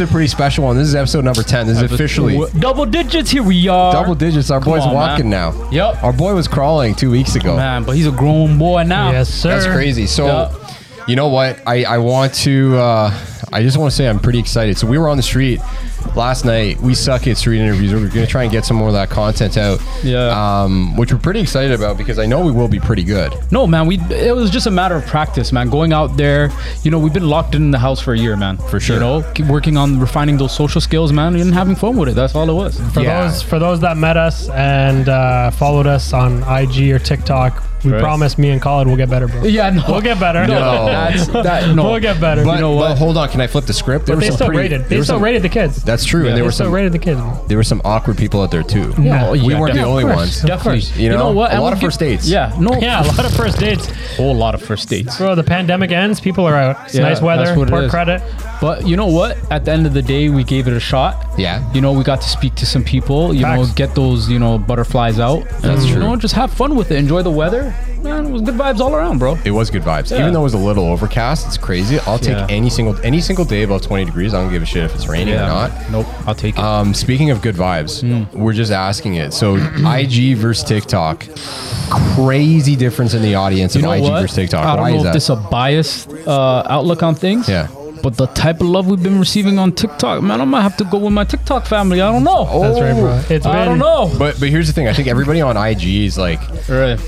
a pretty special one. This is episode number 10. This is officially Double digits, here we are. double digits. Our boy's on, walking man. now. Yep. Our boy was crawling two weeks ago. Man, but he's a grown boy now. Yes, sir. That's crazy. So, Yeah. you know what? I, I want to, uh, I just want to say I'm pretty excited. So, we were on the street last night. We suck at street interviews. We're going to try and get some more of that content out. Yeah. Um, which we're pretty excited about because I know we will be pretty good. No, man, we it was just a matter of practice, man. Going out there, you know, we've been locked in the house for a year, man. For sure. You know, keep working on refining those social skills, man, and having fun with it. That's all it was. For Yeah. those for those that met us and uh, followed us on IG or TikTok, we Right. promise me and Khalid will get better, bro. Yeah, no. We'll get better. No. That's, that, no. We'll get better. But, know but what? hold on. Can I flip the script? There But were they some still pretty- rated. there They were still some- rated the kids. That's true. and there they were still some, rated the kids. bro. there were some awkward people out there too. Yeah. We weren't the of only course, ones. of Definitely. course. You know, a And lot we'll of give- first dates. Yeah, no. Yeah, a lot of first dates. whole lot of first dates. Bro, the pandemic ends. People are out. It's Yeah, nice weather. that's what it Poor is. credit. But you know what? At the end of the day, we gave it a shot. Yeah. You know, we got to speak to some people. You Facts. know, get those you know butterflies out. That's You true. know, just have fun with it. Enjoy the weather. Man, it was good vibes all around, bro. It was good vibes. Yeah. Even though it was a little overcast, it's crazy. I'll take Yeah. any single any single day above 20 degrees. I don't give a shit if it's raining or not. Nope. I'll take it. Um, speaking of good vibes, we're just asking it. So IG versus TikTok, crazy difference in the audience you know of IG what? versus TikTok. I don't Why know is if that? this is a biased uh, outlook on things. Yeah. But the type of love we've been receiving on TikTok, man, I might have to go with my TikTok family. I don't know. That's right, bro. Oh. It's been I don't know. but but here's the thing. I think everybody on IG is like, Right.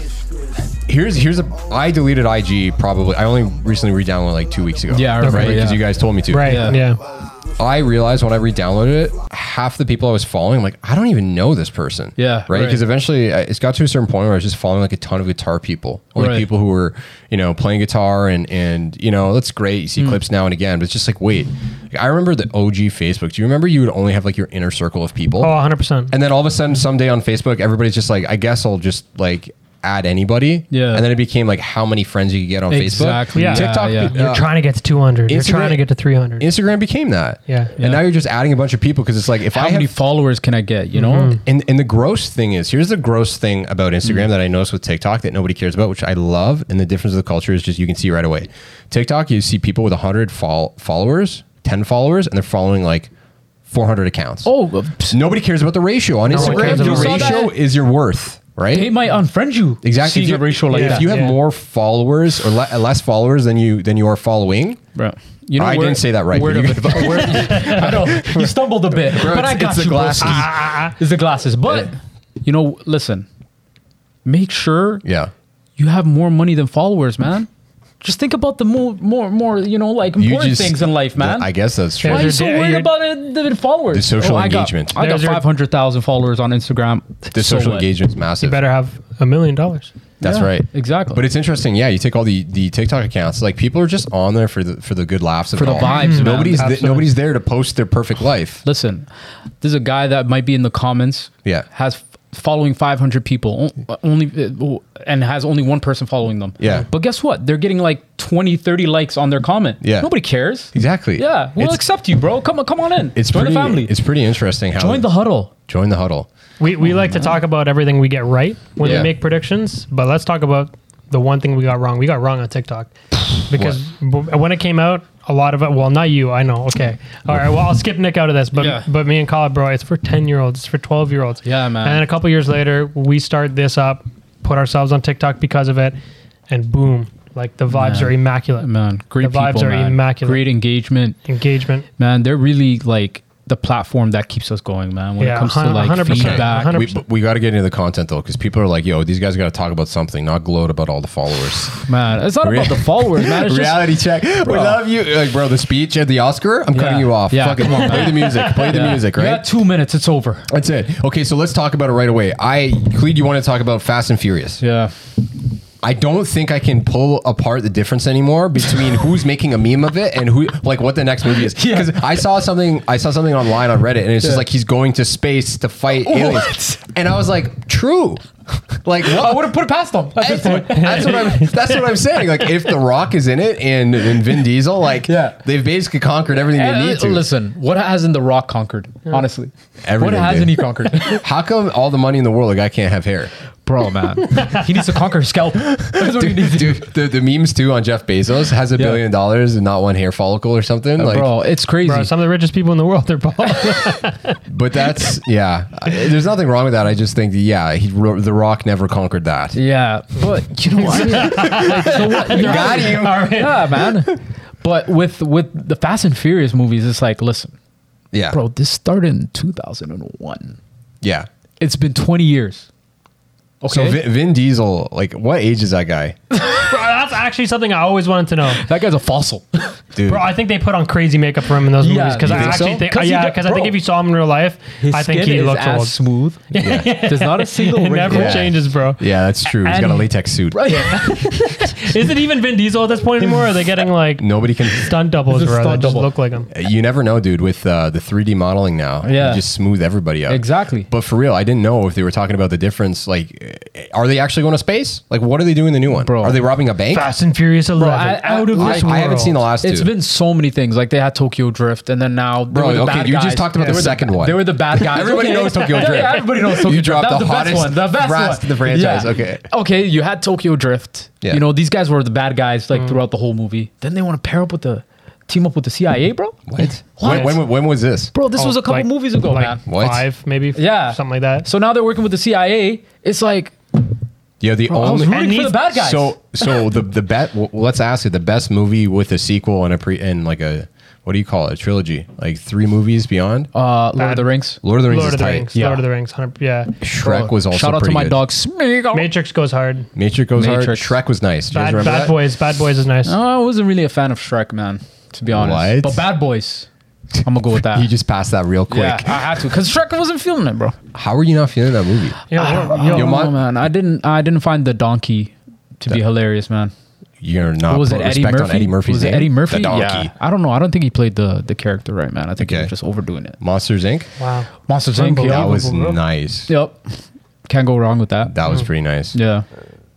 here's here's a. I deleted IG probably. I only recently re-downloaded like two weeks ago. Yeah, I remember, right. Because yeah. you guys told me to. Right. Yeah. Yeah. I realized when I re-downloaded it, half the people I was following, I'm like, I don't even know this person. Yeah, Right. right. Because eventually I- it's got to a certain point where I was just following like a ton of guitar people, only Right. people who were, you know, playing guitar and, and, you know, that's great. You see Hmm. clips now and again, but it's just like, wait, Like, I remember the OG Facebook. Do you remember you would only have like your inner circle of people? Oh, 100%. And then all of a sudden, someday on Facebook, everybody's just like, I guess I'll just like add anybody. Yeah. And then it became like how many friends you could get on Exactly. Facebook. Yeah. TikTok. Yeah, yeah. uh, You're trying to get to 200. You're Instagram- trying to get to 300. Instagram became that. Yeah. Yeah. And now you're just adding a bunch of people because it's like if How I many have followers can I get? You know. Mm-hmm. and and the gross thing is here's the gross thing about Instagram that I noticed with TikTok that nobody cares about, which I love, and the difference of the culture is just you can see right away. TikTok, you see people with 100 fol- followers, 10 followers, and they're following like 400 accounts. Oh, uh, pss, Nobody cares about the ratio on one Instagram. cares The about that. ratio is your worth, right? they might unfriend you. exactly. If Seeing you, a ratio like if that. you have Yeah. more followers or le- less followers than you than you are following, Bro, you I didn't say that right, Word but of you advice. word, I know you stumbled a bit, Bro, but I it's- got it's you. the bro. glasses. Ah, It's the glasses, but you know, listen. Make sure yeah. you have more money than followers, man. Just think about the more, more, more. You know, like important things in life, man. I guess that's true. Why are you You're so da- worried you're- about it, the followers? Oh, The social I got- engagement. I got, There's your- five hundred thousand followers on Instagram. The So social what? engagement's massive. You better have a million dollars. That's Yeah, right. exactly. But it's interesting. Yeah, you take all the the TikTok accounts. Like people are just on there for the for the good laughs of For it the all. vibes, man. Nobody's th- Absolutely. nobody's there to post their perfect life. Listen, there's a guy that might be in the comments. Yeah. Has f- following 500 people o- uh, only and has only one person following them. Yeah. But guess what? They're getting like 20, 30 likes on their comment. Yeah. Nobody cares. Exactly. Yeah. We'll It's- accept you, bro. Come on, come on in. It's join pretty, the family. It's pretty interesting how join the huddle. join the huddle. We, we like Mm-hmm. to talk about everything we get right when Yeah. we make predictions, but let's talk about the one thing we got wrong. We got wrong on TikTok because b- when it came out, a lot of it. Well, not you. I know. Okay. All right. Well, I'll skip Nick out of this, but Yeah. but me and Colin, bro, it's for ten year olds. It's for twelve year olds. Yeah, man. And then a couple years later, we start this up, put ourselves on TikTok because of it, and boom, like the vibes Man. are immaculate. Man, great The vibes people, are man. immaculate. Great engagement. Engagement. Man, they're really like the platform that keeps us going, man. When it Yeah, comes to hun- like 100%, feedback. 100%. We, but we got to get into the content though, because people are like, "Yo, these guys got to talk about something, not gloat about all the followers." Man, it's not about the followers, man. It's just Reality check. We love you, like, bro. The speech at the Oscar. I'm cutting Yeah. you off. Yeah, Fucking come on, play man. the music. Play the music. You Right. got two minutes. It's over. That's it. Okay, so let's talk about it right away. I, Cleed, you want to talk about Fast and Furious? Yeah. I don't think I can pull apart the difference anymore between who's making a meme of it and who, like, what the next movie is. Because I saw something, I saw something online on Reddit, and it's just Yeah. like he's going to space to fight aliens, and I was like, true. Like, I what? would have put it past them. At this point. that's what I'm. That's what I'm saying. Like, if The Rock is in it and, and Vin Diesel, like, Yeah. they've basically conquered everything they And, need uh, to. Listen, what hasn't The Rock conquered? Honestly, Everything, what hasn't dude. he conquered? How come all the money in the world, a guy can't have hair? problem, man. he needs to conquer his scalp. That's what he Dude, needs to do. dude, the, the memes too on Jeff Bezos has a Yeah. Uh, billion dollars and not one hair follicle or something. like, Bro, it's crazy. Bro, some of the richest people in the world, they're bald. but that's yeah. I- There's nothing wrong with that. I just think yeah, he, the Rock never conquered that. yeah, but you know what? Like, so what? Got you. All right. yeah, man. But with with the Fast and Furious movies, it's like, listen, Yeah, bro, this started in 2001. yeah. It's been 20 years. Okay, So Vin, Vin Diesel, like, what age is that guy, Bro, that's actually something I always wanted to know. that guy's a fossil. dude? Bro, I think they put on crazy makeup for him in those Yeah, movies because you I think so? actually think, 'Cause he yeah, got- because I bro. think if you saw him in real life, I think he looks old. smooth. yeah. There's not a single It never wrinkle. Yeah. changes, bro. yeah, that's true. He's got a And- latex suit. Right. Is it even Vin Diesel at this point anymore? Or are they getting like Nobody can. stunt doubles, It's a bro? stunt That just double. look like him. You never know, dude. With uh, the 3D modeling now, Yeah. you just smooth everybody up. Exactly. But for real, I didn't know if they were talking about the difference. Like, eh, are they actually going to space? Like, what are they doing in the new one? Bro. Are they robbing a bank? Fast and Furious 11. I- I- out of I, this I world. haven't seen the last It's two. been so many things. Like they had Tokyo Drift, and then now they Bro, were the okay, bad you guys. just talked about the second one. They were the bad guys. Everybody Okay. knows Tokyo Yeah, Drift. yeah, everybody knows Tokyo You Drift. dropped That was the the best hottest one. The best rest one. of the franchise. Yeah. Okay. Okay, you had Tokyo Drift. Yeah. You know these guys were the bad guys Mm. like throughout the whole movie. Then they want to pair up with the team up with the CIA, bro. What? What? When, when, when was this? Bro, this was a couple Oh, like- movies ago, like man. What? Five, maybe. Yeah. Something like that. So now they're working with the CIA. It's like Yeah, the I was only. rooting for these- the bad guys. Um, So, so the the bet. Well, let's ask it. The best movie with a sequel and a pre and like a what do you call it? A trilogy, like three movies beyond. uh, Lord of Bad. the Rings. Lord of the Rings Lord is of the tight. Rings. Yeah. Lord of the Rings. 100 Yeah. Shrek Bro, was also shout out pretty to my good. dog Smeagol. Matrix goes hard. Matrix goes Matrix. hard. Shrek was nice. Do you guys Bad, remember bad that? Boys. Bad Boys is nice. No, I wasn't really a fan of Shrek, man, to be honest. What? But Bad Boys, I'm gonna go with that. You just passed that real quick. yeah, I had to, cause Shrek wasn't feeling it, bro. How are you not feeling that movie? Yo, yo, I Yo, don't Ma- know, man. I didn't. I didn't find the donkey to be hilarious, man. You're not was it put Eddie respect Murphy? on Eddie Murphy's was name? it Eddie Murphy? The donkey. Yeah. I don't know. I don't think he played the the character right, man. I think he Okay. was just overdoing it. Monsters Inc. Wow. Monsters Inc. That Yep. Unbelievable. was bro. nice. yep. Can't go wrong with that. That was pretty nice. yeah.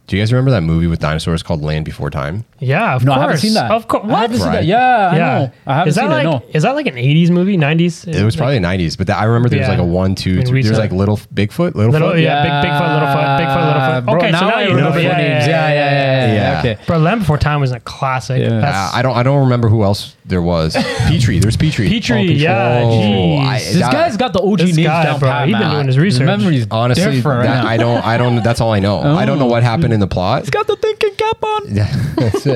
Do you guys remember that movie with dinosaurs called Land Before Time? Yeah, of No, course. I haven't seen that. Of course. I haven't What? seen Right. that. Yeah, I know. I haven't is that seen like, it. No. Is that like an 80s movie? 90s? It was probably nineties, but that, I remember there was Yeah. like a one, two, Like three. There was recent. like little Bigfoot, little, Little, foot. yeah, big, Bigfoot, little foot, Bigfoot, little foot. Bro, okay, so now I you remember remember. their Yeah, names. yeah, Yeah, yeah, yeah, yeah, yeah. yeah. Okay. Bro, Land Before Time was a classic. Yeah. Uh, That's I don't. I don't remember who else there was. Petrie. There's Petrie. Petrie, Oh, yeah, Oh, jeez. I- This This that- guy's got the OG This names guy, down bro, pat, he been man. doing his research. memory's Honestly, different Oh. right that, now. I don't. I don't. That's all I know. I don't know what happened in the plot. got the thinking cap on. Yeah, that's it.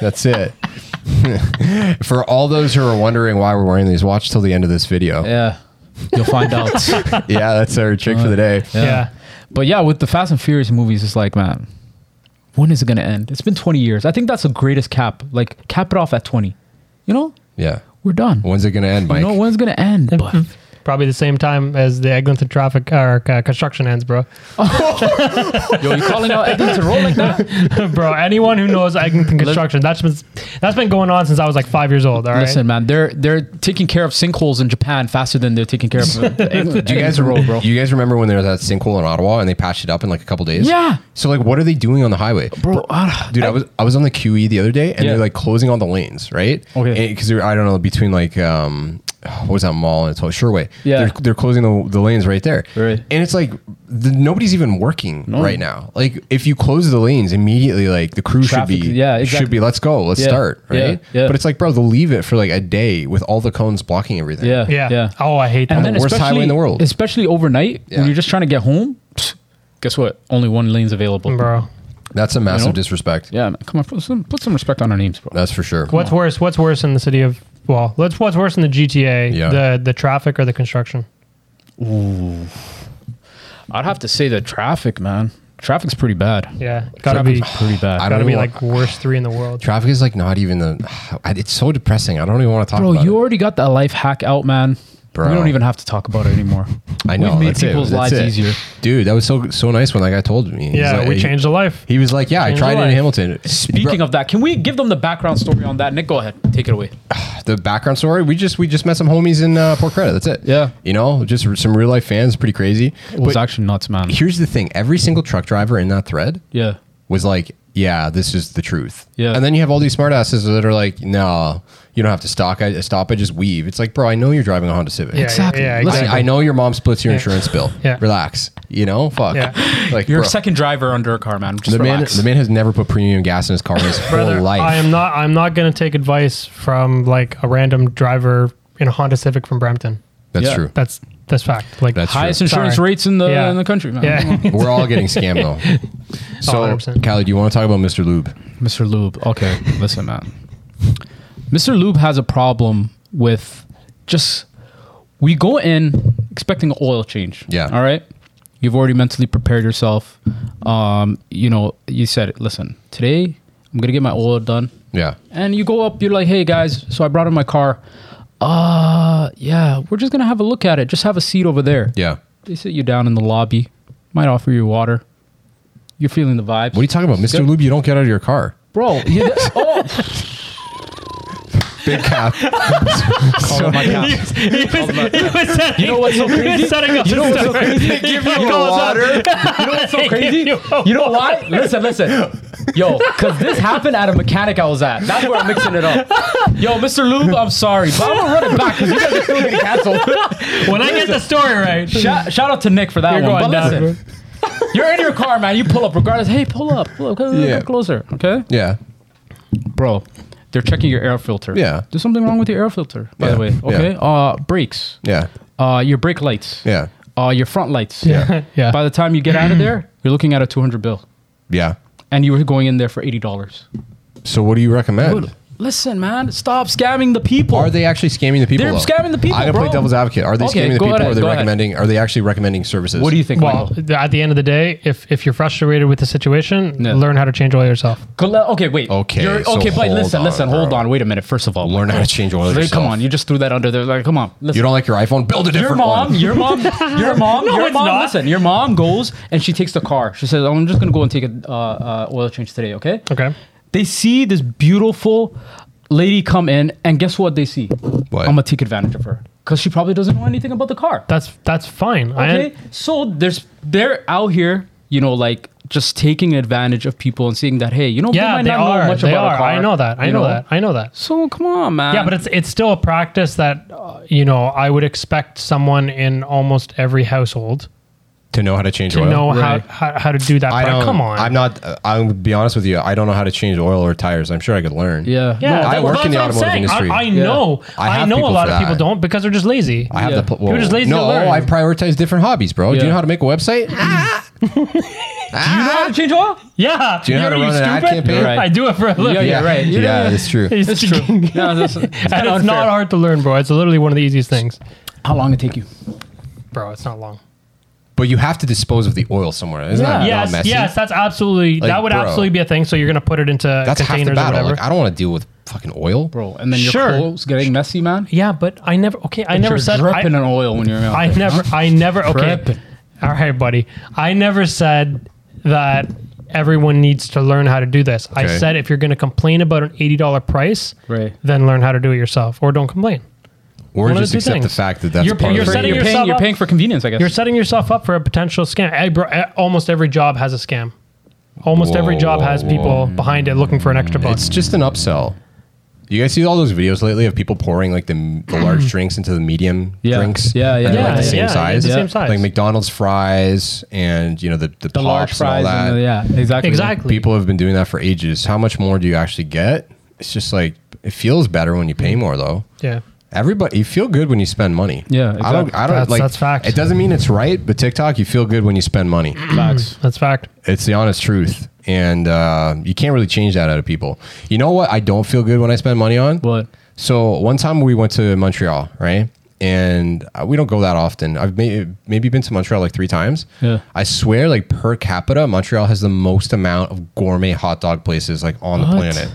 That's it. For all those who are wondering why we're wearing these, watch till the end of this video. Yeah, Yeah, you'll find out. that's our trick for the day. yeah. but yeah, with the Fast and Furious movies, it's like, man, when is it gonna end? It's been 20 years. I think that's the greatest cap. Like, cap it off at 20. You know, Yeah. we're done. When's it gonna end, Mike? you know, when's it gonna end? But Probably the same time as the Eglinton traffic or uh, construction ends, bro. yo, you calling out Eddie to roll like that? bro, anyone who knows Eglinton construction, that's been that's been going on since I was like five years old. All right. Listen, man, they're they're taking care of sinkholes in Japan faster than they're taking care of. Do you guys roll, bro? You guys remember when there was that sinkhole in Ottawa and they patched it up in like a couple days? Yeah. So like, what are they doing on the highway, Bro, ah, Dude, I, was I was on the QE the other day, and Yeah. they're like closing all the lanes, right? Okay. Because I don't know between like um, what was that mall and it's all Sureway. Yeah. They're, they're closing the, the lanes right there. Right. And it's like the, nobody's even working right now. Like if you close the lanes immediately, like the crew Traffic, should be yeah, exactly. should be let's go, let's Yeah, start, yeah, right? yeah. But it's like, bro, they'll leave it for like a day with all the cones blocking everything. yeah, yeah. yeah. Oh, I hate that. and the then worst highway in especially- the world. Especially overnight, Yeah. when you're just trying to get home. pfft, guess what? Only one lane's available. bro. That's a massive know? disrespect. Yeah, man. Come on, put some put some respect on our names, bro. That's for sure. What's worse? What's worse in the city of well, let's what's worse in the GTA? Yeah. The the traffic or the construction? I'd have to say the traffic, man. Traffic's pretty bad. Yeah. Gotta be Traffic's pretty bad. I don't gotta be even like worst three in the world. Traffic is like not even the. It's so depressing. I don't even want to talk bro, about you it. already got that life hack out, man. Bro. We don't even have to talk about it anymore. I know. We've made that's it, people's that's lives it. easier. Dude, that was so so nice when that guy told me. He's Yeah, like- we he- changed a life. He was like, "Yeah, I Changed tried it your in life. Hamilton." Speaking of that, can we give them the background story on that? Nick, go ahead. Take it away. of the background story, we just we just met some homies in uh, Port Credit. That's it. Yeah. you know, just r- some real life fans. Pretty crazy. It was But actually nuts, man. here's the thing: every single truck driver in that thread Yeah. was like yeah, this is the truth. Yeah. And then you have all these smartasses that are like, no, you don't have to stock. I stop. I just weave. It's like, bro, I know you're driving a Honda Civic. Yeah, Exactly. Yeah, Listen, exactly. I, I know your mom splits your Yeah. insurance bill. Yeah. Relax. You know, fuck. Yeah. Like You're bro, a second driver under a car, man. Just the man, relax. the man has never put premium gas in his car in his Brother, whole life. I am not. I'm not going to take advice from like a random driver in a Honda Civic from Brampton. That's Yeah. true. That's that's fact. Like That's Highest true. insurance Sorry. rates in the Yeah. in the country, man. Come on. yeah, We're all getting scammed though. So, 100%. Callie, do you want to talk about Mr. Lube? Mr. Lube. Okay, listen, man. Mr. Lube has a problem with just we go in expecting an oil change. Yeah. All right. You've already mentally prepared yourself. Um, you know, you said, it. listen, today I'm gonna get my oil done. Yeah. And you go up, you're like, hey guys, so I brought in my car. Uh yeah, we're just gonna have a look at it. Just have a seat over there. Yeah. They sit you down in the lobby, might offer you water. You're feeling the vibes. What are you talking about? Mr. Lube, you don't get out of your car. Bro, you, oh, Big cap. oh my God. You know what's so crazy? setting up You know his what's so stuff. crazy? give you water. You know what's so Give crazy? you a You know why? Listen, listen. Yo, because this happened at a mechanic I was at. That's where I'm mixing it up. Yo, Mr. Lube, I'm sorry, but I'm gonna run it back because you guys are still getting canceled. When I get the story right, shout, shout out to Nick for that you're one. going But down. listen, bro. you're in your car, man. You pull up regardless. Hey, pull up. Pull up. Come Yeah. come closer. Okay? yeah. Bro, they're checking your air filter. Yeah. There's something wrong with your air filter, by Yeah. the way. Okay? Yeah. Uh, brakes. Yeah. Uh, your brake lights. Yeah. Uh, your front lights. Yeah. Yeah. By the time you get out of there, you're looking at a 200 bill Yeah. and you were going in there for $80. So what do you recommend? Listen, man, stop scamming the people. Are they actually scamming the people? They're though? scamming the people, I can bro. play devil's advocate. Are they Okay, scamming the go people? ahead, are they go ahead. recommending? Are they actually recommending services? What do you think, Well, Michael? at the end of the day, if if you're frustrated with the situation, Yeah. learn how to change oil yourself. Go le- Okay, wait. Okay, You're, so okay, but hold listen, on, listen, bro. hold on. Wait a minute. First of all, Learn Michael, how to change oil like, yourself. Come on, you just threw that under there. Like, come on. Listen. You don't like your iPhone? Build a different your mom, one. your mom, your mom, your it's mom. not. Listen, your mom goes and she takes the car. She says, "I'm just gonna go and take a uh, uh, oil change today, okay?" Okay. They see this beautiful lady come in, and guess what they see? What? I'm gonna take advantage of her because she probably doesn't know anything about the car. That's that's fine. I, Okay, so there's they're out here, you know, like just taking advantage of people and seeing that hey, you know, yeah, might they not are. know much they about a are. car. I know that. I you know, that. I know that. So come on, man. Um, Yeah, but it's it's still a practice that uh, you know I would expect someone in almost every household to know how to change to oil. know Right. how, how how to do that. I prac- don't. Come on. I'm not. uh, I'll be honest with you. I don't know how to change oil or tires. I'm sure I could learn. yeah, Yeah, No, I that- work that's in the what I'm automotive saying. industry. I, I Yeah. know. I I, have know a people lot for of people that. don't because they're just lazy. I have the. Yeah. Pl- You're just whoa. lazy to No, learn. I prioritize different hobbies, bro. Do you Yeah. know how to make a website? do you know how to change oil? yeah. Do you know how to You're run an ad stupid. campaign? You're right. I do it for a living. Yeah, yeah, right. Yeah, Yeah. that's true. It's, That's true. no, that's, that's and kinda it's unfair. not hard to learn, bro. It's literally one of the easiest things, How long it take you? bro. It's not long. But you have to dispose of the oil somewhere. Isn't that not yes, messy? yes, that's absolutely Like, that would bro. absolutely be a thing. So you're gonna put it into That's half containers the or battle. whatever. Like, I don't want to deal with fucking oil. Bro, and then your Sure. clothes getting messy, man. yeah, but I never. Okay, I But never you're said. I, dripping in oil when you're out I there. never. I never. Okay. Dripping. All right, buddy. I never said that everyone needs to learn how to do this. Okay. I said if you're gonna complain about an eighty dollar price, Right. then learn how to do it yourself, or don't complain. Or One of just the two accept the things. fact that that's You're- part you're of the setting deal. You're yourself paying, you're up- paying for convenience, I guess. You're setting yourself up for a potential scam. Hey, bro, eh, Almost every job has a scam. Almost every Whoa, job whoa, has whoa. people behind it looking for an extra buck. It's just an upsell. You guys see all those videos lately of people pouring like the, the large drinks into the medium Yeah. drinks? Yeah, and yeah, they're, yeah, like the same yeah, size. the same size. Like McDonald's fries and you know the the, the pops large and fries. all that. and the- yeah, exactly. exactly. People have been doing that for ages. How much more do you actually get? It's just like it feels better when you Mm. pay more though. Yeah. Everybody, you feel good when you spend money. Yeah, I don't. exactly. I don't That's- like. that's fact. It doesn't mean it's right, but TikTok, you feel good when you spend money. Facts. That's fact. It's the honest truth, and uh, you can't really change that out of people. You know what? I don't feel good when I spend money on. What? So one time we went to Montreal, right? And uh, we don't go that often. I've may- maybe been to Montreal like three times. Yeah. I swear, like per capita, Montreal has the most amount of gourmet hot dog places like on the What? planet,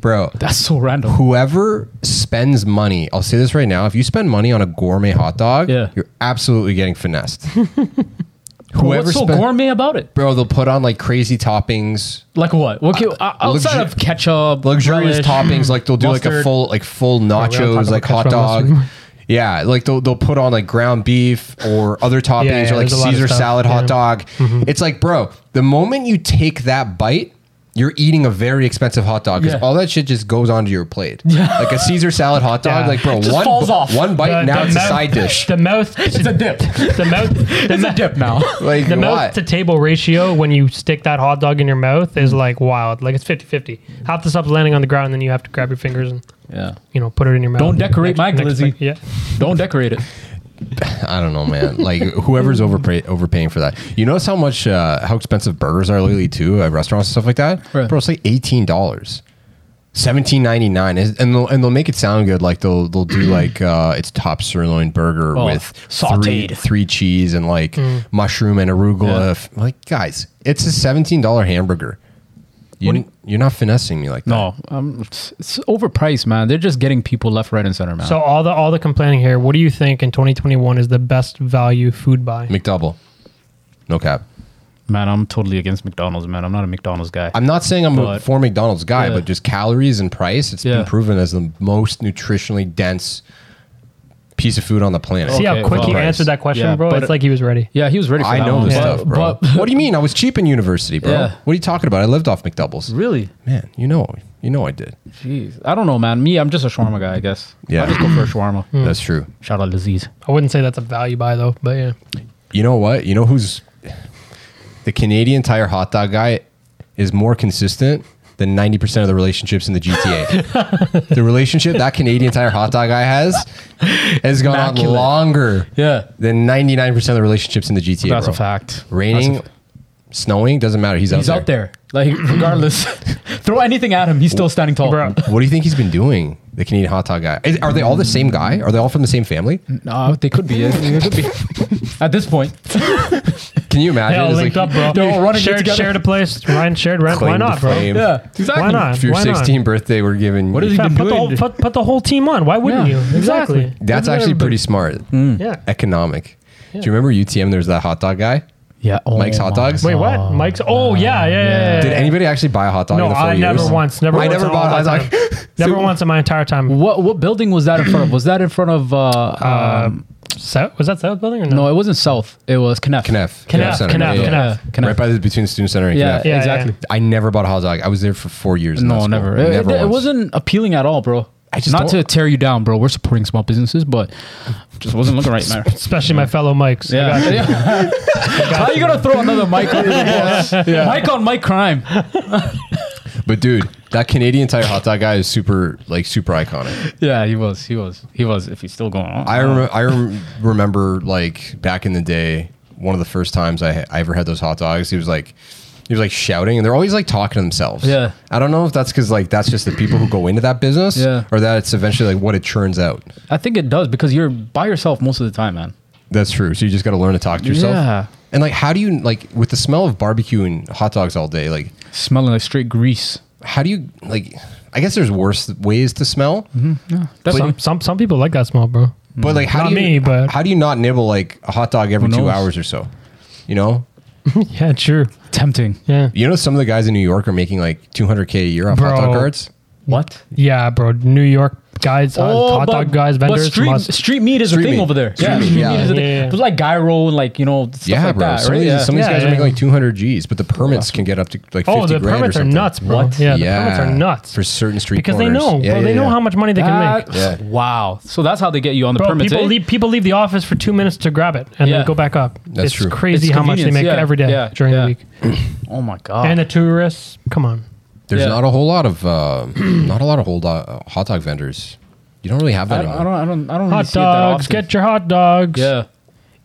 bro. That's so random. Whoever spends money, I'll say this right now: if you spend money on a gourmet hot dog, Yeah. you're absolutely getting finessed. Whoever What's so spend- gourmet about it? bro, they'll put on like crazy toppings. Like what? Okay, uh, luxu- outside of ketchup, luxurious relish, toppings. Like they'll do like a Mustard. full like full talk nachos, about like hot ketchup dog. on mustard. Yeah, like they'll they'll put on like ground beef or other toppings yeah, or like there's a lot of Mm-hmm. Caesar stuff. salad hot Yeah. dog. It's like, bro, the moment you take that bite, you're eating a very expensive hot dog because Yeah. all that shit just goes onto your plate. Like a Caesar salad hot dog, Yeah. like bro, Just one falls off. one bite The- now Uh, the it's mouth- a side dish. The mouth, It's a dip. the mouth, the, It's mou- a dip now. Like why? the mouth to table ratio when you stick that hot dog in your mouth is like wild. Like it's 50 50. Half the stuff's landing on the ground, and then you have to grab your fingers and, Yeah. you know, put it in your mouth. Don't decorate my glizzy. bite. Yeah. Don't decorate it. I don't know, man. Like whoever's overpay, overpaying for that. You notice how much uh, how expensive burgers are lately too at restaurants and stuff like that. Right. Bro, it's like eighteen dollars. Seventeen ninety nine, and they'll and they'll make it sound good. Like they'll they'll do like uh, it's top sirloin burger Mm. Oh, with three, sautéed. three cheese and like mushroom and arugula. Yeah. F- Like guys, it's a seventeen dollar hamburger. You, you're not finessing me like that. No, um, it's, it's overpriced, man. They're just getting people left, right, and center, man. So, all the all the complaining here, what do you think in 2021 is the best value food buy? McDouble, no cap. man, I'm totally against McDonald's, man. I'm not a McDonald's guy. I'm not saying I'm a But- for McDonald's guy, Yeah. but just calories and price, it's Yeah. been proven as the most nutritionally dense piece of food on the planet. See Okay, how quick well, you price. answered that question, Yeah, bro? but- It's like he was ready. yeah, he was ready for I that know one. this But- stuff, bro. But what do you mean? I was cheap in university, bro. Yeah. What are you talking about? I lived off McDoubles. really, Man, you know, you know I did. jeez, I don't know, man. Me, I'm just a shawarma guy, I guess. Yeah. I just go for a shawarma. That's true. Shout out Laziz. I wouldn't say that's a value buy, though, but yeah. You know what? You know who's the Canadian tire hot dog guy is more consistent than 90% of the relationships in the GTA. the relationship that Canadian tire hot dog guy has has gone on Immaculate. longer Yeah, than 99% of the relationships in the GTA. that's bro. a fact. Raining, That's a- snowing, doesn't matter. He's out he's there. out there, like regardless. Throw anything at him, he's still standing tall. Bro, What do you think he's been doing? The Canadian hot dog guy. Is- are they all the same guy? Are they all from the same family? No, they could be. yeah, They could be. At this point, Can you they imagine? all It's linked like up, bro. They're all running shared, together. shared a place, Ryan shared rent. claim Why to not, bro? fame. yeah, exactly. Why not? For your Why not? 16th birthday, we're giving. What is you- he Yeah, been put, the doing? whole, put, put the whole team on. Why wouldn't Yeah, you? exactly. Exactly. That's actually Isn't everybody- Hmm. pretty smart. Yeah. Economic. Do you remember UTM? There's that hot dog guy. Yeah, oh Mike's hot my dogs? Wait, what? God. Mike's? Oh, yeah, yeah, yeah. yeah, Did yeah. anybody actually buy a hot dog? in No, the four I years? never once. Never. I once never in all bought a hot my dog. time. never once in my entire time. What what building was that in front of? Was that in front of? Uh, Uh, um, South, was that South Building or no? no, it wasn't South. It was Knef. Knef. Knef, Center. Knef, Yeah, yeah. Yeah, Knef. Right by the between student center and yeah, Knef. Yeah, exactly. I never bought a hot dog. I was there for four years. in that No, school. never. It, it- it once. wasn't appealing at all, bro. I just not to don't- tear you down, bro. We're supporting small businesses, but just wasn't looking right, man. Especially my fellow Mikes. I got Yeah. you. How you gonna throw another mic on Mike on Mike crime? But dude, that Canadian tire hot dog guy is super like super iconic. Yeah, he was. He was. He was. If he's still going on, I rem- I rem- remember like back in the day, one of the first times I, I ever had those hot dogs, he was like he was like shouting and they're always like talking to themselves. Yeah. I don't know if that's cuz like that's just the people who go into that business Yeah. or that it's eventually like what it churns out. I think it does because you're by yourself most of the time, man. That's true. So you just got to learn to talk to yourself. Yeah. And like how do you like with the smell of barbecue and hot dogs all day like Smelling like straight grease. how do you like I guess there's worse ways to smell. Mm-hmm. That's Some, some some people like that smell, bro. But like, how Not do you, me, but- how do you not nibble like a hot dog every Who two knows? hours or so? You know, Yeah, sure. tempting. Yeah. you know, some of the guys in New York are making like 200k a year off hot dog Bro. carts. What? Oh, Yeah, bro. New York guys, uh, Oh, hot dog guys, vendors. street, must- street meat is Street a thing meat. over there. Street yeah, meat, street yeah. meat is a thing. Yeah. But like gyro and like you know stuff yeah, like bro. that, some right? of these, Yeah. some of these Yeah, guys yeah. are making like 200 G's, but the permits can get up to like 50 oh, the grand or permits are something. nuts, bro. What? Yeah, the permits are nuts. for certain street because they corners. know, Yeah, bro. yeah, they know yeah. how much money they can make. That- Yeah. Wow. So that's how they get you on the Bro, permits. people eh? leave people leave the office for two minutes to grab it and Yeah. then go back up. That's it's true. crazy It's how much they convenience, make yeah, every day yeah, during yeah. the week. oh my god. And the tourists, come on. There's Yeah. not a whole lot of uh, not a lot of whole dog, uh, hot dog vendors. You don't really have that. I, don't, I anymore. don't. I don't. I don't really Hot see it that dogs, often. get your hot dogs. yeah.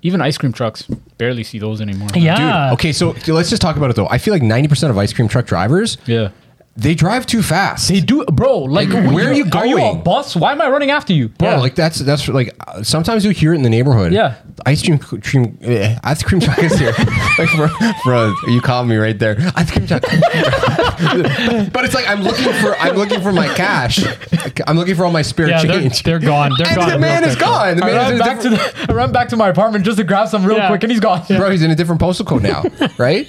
Even ice cream trucks barely see those anymore. Dude, Yeah. okay, so dude, let's just talk about it though. I feel like 90% of ice cream truck drivers Yeah. they drive too fast. They do, bro. Like, where are you Are you a going? bus? Why am I running after you? Bro, Yeah. like that's that's like uh, sometimes you hear it in the neighborhood. Yeah. ice cream, c- cream eh, ice cream truck is here. like, bro, bro, you caught me right there. Ice cream truck. but it's like I'm looking for I'm looking for my cash. I'm looking for all my spare Yeah, they're, change. they're gone. They're and gone. the man real is quick. gone. The I man is in run a back to different- the. I run back to my apartment just to grab some real Yeah. quick, and he's gone. bro. He's in a different postal code now, right?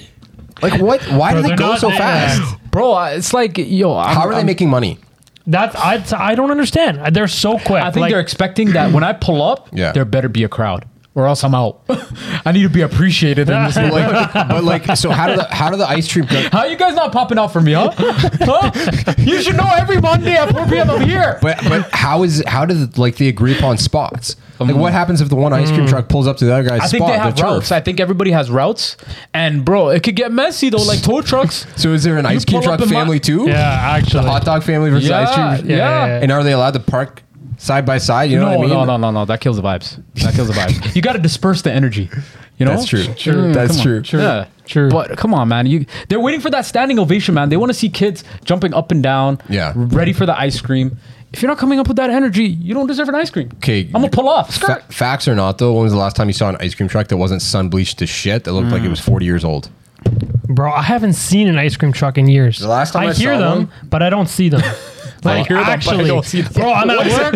Like what? Why do Bro, they they're go not so there. fast? Bro, I- it's like yo. I'm, How are they I'm- making money? That's I. I don't understand. They're so quick. I think Like, they're expecting that when I pull up, Yeah. there better be a crowd. or else I'm out. I need to be appreciated in this. But like, but like, so how do the how do the ice cream? Co- How you guys not popping out for me, huh? Huh? You should know every Monday at 4 p.m. I'm here. but but how is how do the, like the agree upon spots? Like what happens if the one ice cream truck pulls up to the other guy's I think spot? they have the turf? routes. I think everybody has routes. And bro, it could get messy though, like tow trucks. So is there an ice cream pull up truck in my- family too? Yeah, actually. Hot dog family versus yeah, ice cream. yeah. yeah, yeah. And are they allowed to park side by side? You know what no, I mean? no, no, no, no. That kills the vibes. That kills the vibes. you got to disperse the energy. You know, That's true. True. Mm, That's come on. true. True. Yeah, True. But come on, man. You they're waiting for that standing ovation, man. They want to see kids jumping up and down. Yeah. Ready for the ice cream. If you're not coming up with that energy, you don't deserve an ice cream. Okay. I'm gonna pull off. Fa- Skirt. facts or not though, when was the last time you saw an ice cream truck that wasn't sun bleached to shit that looked like Mm. it was forty years old? Bro, I haven't seen an ice cream truck in years. The last time I hear saw them, one- but I don't see them. Like, hear them, but I actually, don't see them. bro, I'm at work.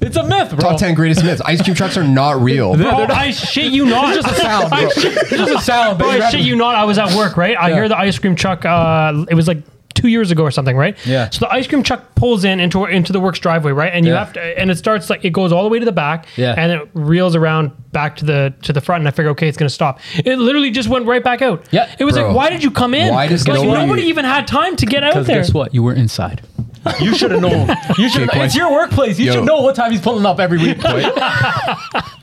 it's a myth, bro. Top ten greatest myths. Ice cream trucks are not real. Bro, I shit you not. It's just a sound. I shit, it's just a sound. Bro, I Oh, shit you not. I was at work, right? I hear the ice cream truck. Uh, it was like two years ago or something, right? Yeah. So the ice cream truck pulls in into into the works driveway, right? And you Yeah. have to, and it starts like it goes all the way to the back, Yeah. and it reels around back to the to the front. And I figure, okay, it's gonna stop. It literally just went right back out. Yeah. It was Bro. like, why did you come in? Why does Like, nobody- nobody even had time to get out Because there? guess what? You were inside. You should have known. You should. Okay, it's question. your workplace. You Yo. should know what time he's pulling up every week. Wait. Guy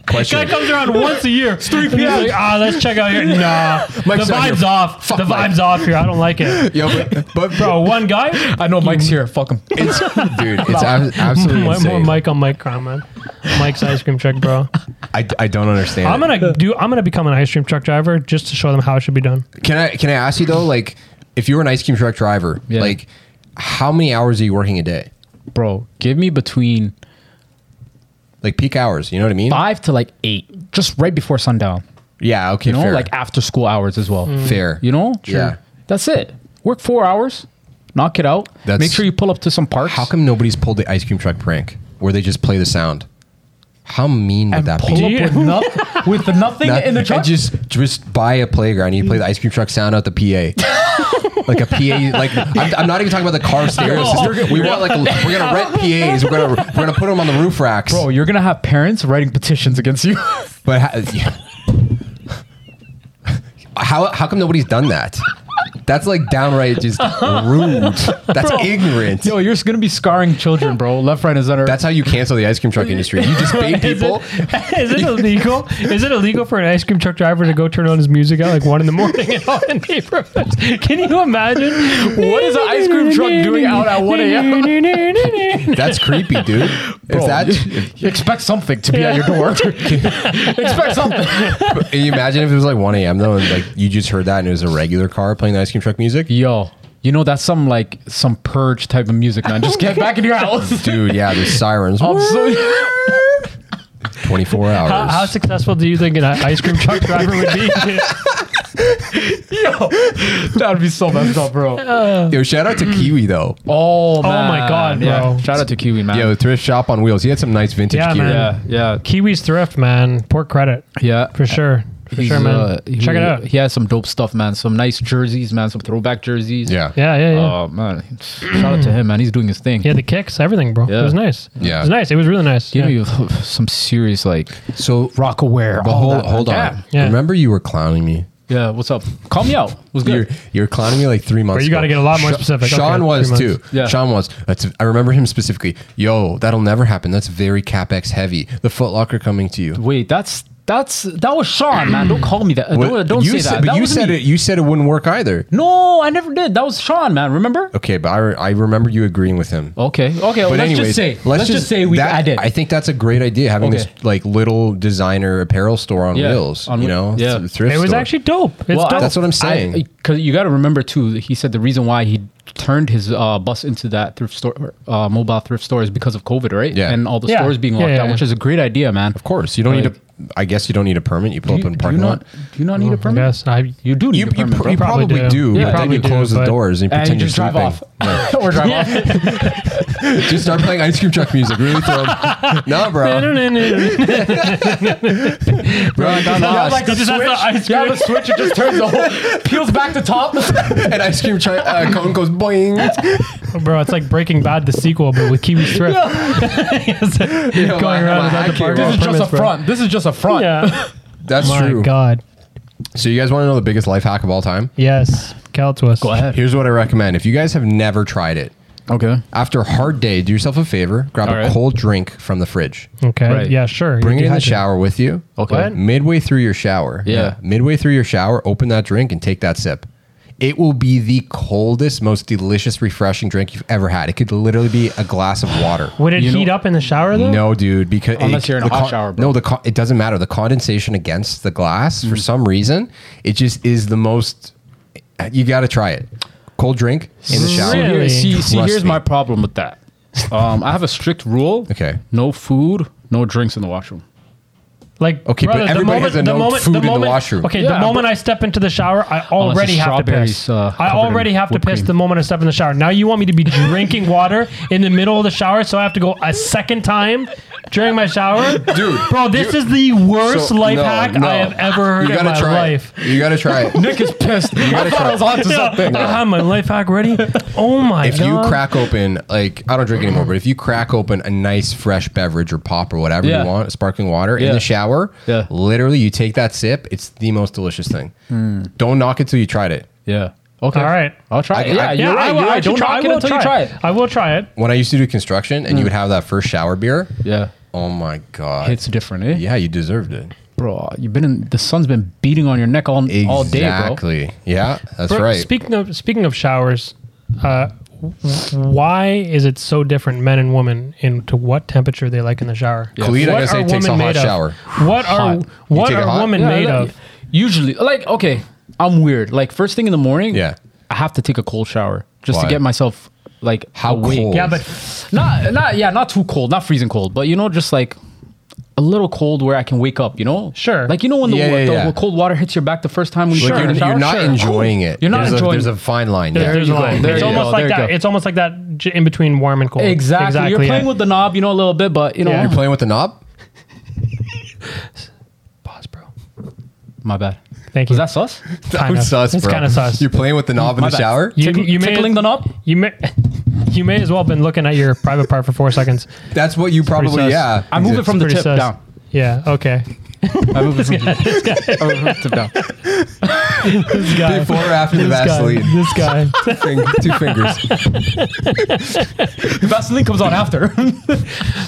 Question. comes around once a year. It's 3 p.m.. Like, ah, let's check out here. Nah. Mike's the not here. vibe's off. Fuck the Mike. vibe's off here. I don't like it. Yo, but, but bro, Bro, one guy? I know Mike's here. Fuck him. it's dude, it's ab- absolutely More, more insane. Mike on Mike Crown, man. Mike's ice cream truck, bro. I, I don't understand. I'm it. gonna do I'm gonna become an ice cream truck driver just to show them how it should be done. Can I can I ask you though, like if you were an ice cream truck driver, Yeah. like how many hours are you working a day? Bro, give me between Like peak hours, you know what I mean? five to like eight, just right before sundown. Yeah, okay, You know, fair. like after school hours as well. fair. You know, Yeah. That's it. Work four hours, knock it out. That's- Make sure you pull up to some parks. How come nobody's pulled the ice cream truck prank where they just play the sound? How mean would and that pull be? up with, no, with the nothing Not- in the truck? And just just buy a playground. You play the ice cream truck sound out the PA. like a PA, like I'm, I'm not even talking about the car stereo system. Oh. We want like we're gonna rent PAs. We're gonna we're gonna put them on the roof racks. Bro, you're gonna have parents writing petitions against you. But how, how how come nobody's done that? That's like downright just rude. That's ignorant. Yo, you're just gonna be scarring children, bro. Left, right, and center. That's how you cancel the ice cream truck industry. You just bait Is people. it, is it illegal? Is it illegal for an ice cream truck driver to go turn on his music at like one in the morning in all the neighborhoods? Can you imagine? What is an ice cream truck doing out at 1 a.m.? That's creepy, dude. Bro, if that, you- you expect something to be at your door. expect something. can you imagine if it was like 1 a.m. though, and like you just heard that and it was a regular car playing the ice cream truck music, Yo, you know that's some like some purge type of music, man. Just get back in your house. dude. Yeah, the sirens. I'm so- 24 hours. How, how successful do you think an ice cream truck driver would be? Yo, that'd be so messed up, bro. Yo, shout out to Kiwi though. Oh, man. my God, yeah. bro. Shout out to Kiwi, man. Yo, thrift shop on wheels. He had some nice vintage Yeah, Kiwi. man. yeah, yeah, Kiwis thrift, man. Poor credit. yeah. For sure. For He's, sure, man. uh, he- Check it out. He has some dope stuff, man. Some nice jerseys, man. Some throwback jerseys. Yeah. Yeah, yeah, yeah. Oh man, shout out to him, man. He's doing his thing. he had the kicks, everything, bro. Yeah. It was nice. Yeah. It was nice. It was really nice. Give Yeah. me some serious like So rock aware. But all hold, that, man. hold on. Damn. Yeah. Remember, you were clowning me. Yeah, what's up? Call me out. What's You're, good? you're clowning me like three months. you gotta ago. get a lot more Sha- specific. Sean Okay, was three months. too. Yeah. Sean was. That's, I remember him specifically. Yo, that'll never happen. That's very capex heavy. The Footlocker coming to you. Wait, that's that's that was Sean, man. Don't call me that. Uh, What- Don't, don't you say said, that. But That you wasn't said me. it. You said it wouldn't work either. No, I never did. That was Sean, man. Remember? Okay, but I, re- I remember you agreeing with him. Okay. Okay. But let's anyways, just say. Let's, just, say we. that- I did. I think that's a great idea having Okay. this like little designer apparel store on Yeah, wheels. on you whe- know, yeah. th- thrift. It was store. actually dope. It's Well, I- dope. That's what I'm saying. Because you got to remember too. He said the reason why he turned his uh, bus into that thrift store, uh, mobile thrift store, is because of COVID, right? Yeah. And all the Yeah. stores being Yeah, locked yeah, down, yeah. which is a great idea, man. of course you don't need Like- a. I guess you don't need a permit. You pull up Do you, in a do you parking lot. not? Do you not need a I permit? guess I. You do need You, you, a permit. pr- bro. you Probably probably, do. do, but Yeah. then Probably you do, close the but- doors and and pretend you are you just drive sleeping. off. or drive off. Just start playing ice cream truck music. Really throw 'em- No, bro. Bro, I got lost. like the Just have switch. the ice Yeah, cream. the switch. It just turns the whole peels back the top. An ice cream truck uh, cone goes boing. Bro, it's like Breaking Bad, the sequel, but with Kiwi Strip. Yes. know, Going my- around my without the IQ parking This This is just permits, a bro. front. This is just a front. Yeah. That's My true. God. So you guys want to know the biggest life hack of all time? Yes. Cal to us. Go ahead. Here's what I recommend. If you guys have never tried it, Okay. after a hard day, do yourself a favor, grab All a right. cold drink from the fridge. Okay. Right. Yeah, sure. Bring it You're in the dehydrated. shower with you. Okay. What? Midway through your shower. Yeah. Midway through your shower, open that drink and take that sip. It will be the coldest, most delicious, refreshing drink you've ever had. It could literally be a glass of water. Would it You know- heat up in the shower though? No, dude, because Unless it- you're in a the hot shower, bro. Mm. No, the con- it doesn't matter. The condensation against the glass, for some reason, it just is the most. You got to try it. Cold drink in the shower. See, Really? here, see, see, Trust here's me. my problem with that. Um, I have a strict rule. Okay. No food, no drinks in the washroom. Like Okay, but everybody has a no food in the washroom. Okay, Yeah, the moment but- I step into the shower, I already it's have to piss. strawberries, uh, I covered in already have to whipped piss cream. the moment I step in the shower. Now you want me to be drinking water in the middle of the shower, so I have to go a second time during my shower, Dude, Bro, this is the worst So- life no, hack no. I have ever heard You in gotta my try it. life. You gotta try it. Nick is pissed. You gotta try. it. Uh-huh. onto Yeah, I have my life hack ready. Oh my If god! you crack open, like I don't drink anymore, but if you crack open a nice fresh beverage or pop or whatever Yeah. you want, sparkling water in Yeah. the shower, Yeah. literally you take that sip. It's the most delicious thing. Don't knock it till you tried it. Yeah. Okay. All right. I'll try. I- it. yeah, I- you're yeah, right. I You're will. right. I Don't should try try, it I will until you try it. I will try it. When I used to do construction and you would have that first shower beer, Yeah. oh my god, It's different, eh? yeah, you deserved it. Bro, you've been in the sun's been beating on your neck all, all day, bro. Exactly. Yeah, that's Bro, right. Speaking of speaking of showers, uh, w- why is it so different, men and women, into what temperature they like in the shower? Yeah. Khalid, I What gotta say, are takes a women hot made of? shower. What are Hot. what take it are hot? women Yeah, made like- of? Usually, like, okay, I'm weird. Like, first thing in the morning, Yeah. I have to take a cold shower just Why? to get myself, like, How awake. cold? Yeah, but Not, not, yeah, not too cold, not freezing cold, but you know, just like a little cold where I can wake up, you know? Sure. Like, you know, when the, Yeah, wa- yeah, the yeah. wa- cold water hits your back the first time when you Like, sure. you're, in the shower? you're not Sure. enjoying it. You're not there's enjoying A, there's it. a fine line. there's, There. there's you a go. line. There It's you almost go. like There you that. go. It's almost like that j- in between warm and cold. Exactly. You're yeah. playing with the knob, you know, a little bit, but you know, Yeah. You're playing with the knob. pause, bro. my bad. Thank you. Was that sus? That was sus, It's bro. kinda sus. You're playing with the knob in My the bad. shower. you, Tickle- you may tickling the knob? You may you may as well have been looking at your private part for four seconds. That's what you probably. sus. Yeah, I moved it from the Pretty tip sus. down. Yeah. Okay. I moved it from, I moved it from the tip down. This guy. before or after the this guy. Vaseline. This guy. Fing- two fingers. The Vaseline comes on after.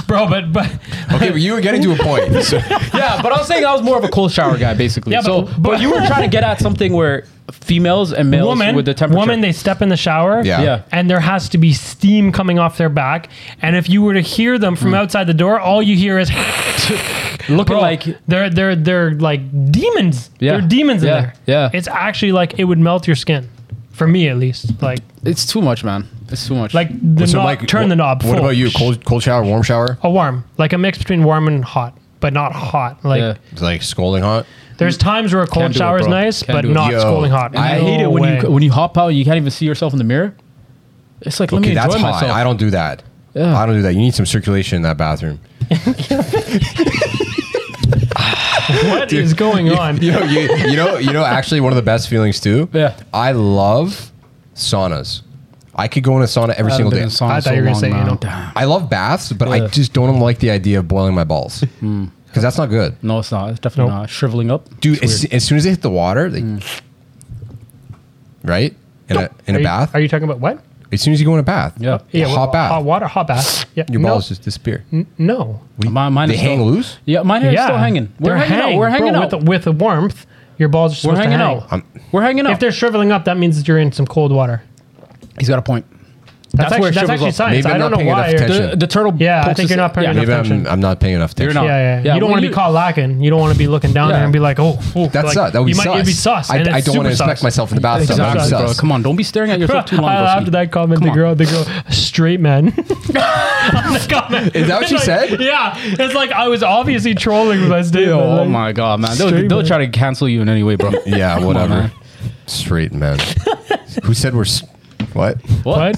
bro, but but Okay, but you were getting to a point. So yeah, but I was saying I was more of a cold shower guy, basically. Yeah, so, but- but, you were trying to get at something where females and males woman, with the temperature. woman, they step in the shower. Yeah. Yeah. And there has to be steam coming off their back. And if you were to hear them Mm. from outside the door, all you hear is looking bro, like they're they're they're like demons. Yeah. They're demons Yeah. in there. Yeah. It's actually like it would melt your skin. For me at least. Like it's too much, man. It's too much. like the knob, turn what, the knob. What full. about you? Cold, cold shower, warm shower. A warm. Like a mix between warm and hot. But not hot. Like Yeah. It's like scalding hot. there's times where a cold do it, shower is bro. nice, Can't but do it. not Yo, scalding hot. I I No hate it when way. you when you hop out, you can't even see yourself in the mirror. It's like let Okay, me that's enjoy hot. myself. I don't do that. Yeah. I don't do that. You need some circulation in that bathroom. What is going on? You know, you, you know, you know. Actually, one of the best feelings too. Yeah. I love saunas. I could go in a sauna every single Haven't been day. in sauna I thought so you were gonna long, say, you man. know. Damn. I love baths, but I Yeah. just don't like the idea of boiling my balls because that's not good, No, it's not. It's definitely Nope. not shriveling up. dude. It's As, weird. Hmm. as soon as they hit the water, they right in a in are a you, bath. Are you talking about what? as soon as you go in a bath, Yeah. Yeah, hot well, bath. hot water, hot bath. Yeah, your no, Hmm. balls just disappear. n- no, My- mine they is hang still- loose. Yeah, mine hair is yeah, still hanging. We're They're hanging hang, out. We're hanging bro, out. with the, with the warmth. Your balls are We're supposed hanging to hang. out. we're hanging out. If they're shriveling up, that means you're in some cold water. He's got a point. That's, That's actually, where it that's shrivels actually up. science. Maybe I I'm don't not know paying enough why. you're- attention. The, the turtle. Yeah, I pokes think his- you're not paying yeah. enough Maybe I'm, attention. I'm not paying enough attention. not. yeah, yeah, Yeah, You don't well, want to you- be caught lacking. You don't want to be looking down Yeah. there and be like, oh, oh, That's like, sus. That would be you sus. Might, it'd be sus. I, and I it's don't want to super sus. inspect myself in the bathtub. Exactly, That'd be Exactly. bro. sus. Come on, don't be staring at yourself too long. I laughed Broski. at that comment. Come the on. girl, the girl, straight man. on the comment. Is that what she It's like- said? Yeah, it's like I was obviously trolling with my statement. Yo, oh like- my god, man! They'll, Straight they'll man. try to cancel you in any way, bro. Yeah, Come on, whatever. man. Straight man. Who said we're s- what? What? What?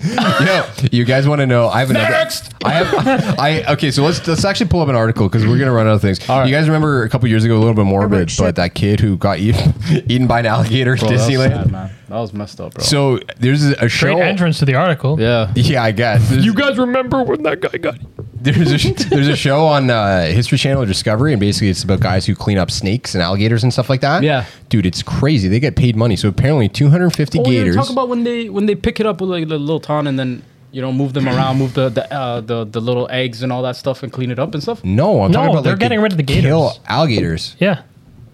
Yo, you guys want to know? I have another. Next! I have. I okay. So let's let's actually pull up an article because we're gonna run out of things. right. You guys remember a couple years ago, a little bit morbid, shit. but that kid who got eaten, eaten by an alligator at Bro, that was sad, Disneyland. man. That was messed up, bro. So there's a show. Great entrance to the article. yeah. Yeah, I guess. There's, You guys remember when that guy got? there's a sh- there's a show on uh, History Channel or Discovery, and basically it's about guys who clean up snakes and alligators and stuff like that. Yeah. dude, it's crazy. They get paid money. So apparently, 250 Oh, yeah, gators. talk about when they when they pick it up with like the little ton and then you know move them around, move the the, uh, the the little eggs and all that stuff and clean it up and stuff. no, I'm No, talking about they're like getting they rid of the gators. Kill alligators. Yeah,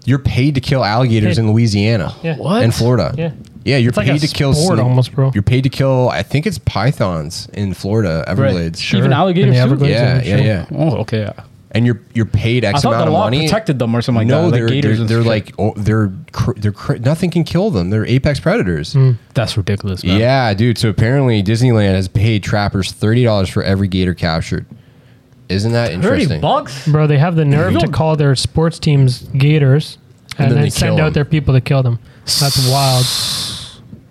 You're paid to kill alligators Yeah. in Louisiana. Yeah. What? In Florida. Yeah. Yeah, you're It's like paid a to kill sport almost, bro. You're paid to kill. I think it's pythons in Florida, Everglades. Sure. Even alligators In the too? Everglades, Yeah, yeah, sure. yeah. Oh, okay. Yeah. And you're you're paid X I thought amount the of law money. protected them or oh something like no, that. they're like gators they're, and they're shit. like oh, they're cr- they're cr- nothing can kill them. They're apex predators. Mm. that's ridiculous, man. Yeah, dude. So apparently Disneyland has paid trappers thirty dollars for every gator captured. Isn't that Thirty interesting? bucks. bro. They have the nerve to don't- call their sports teams Gators, and, And then then, they send kill out their people to kill them. That's wild.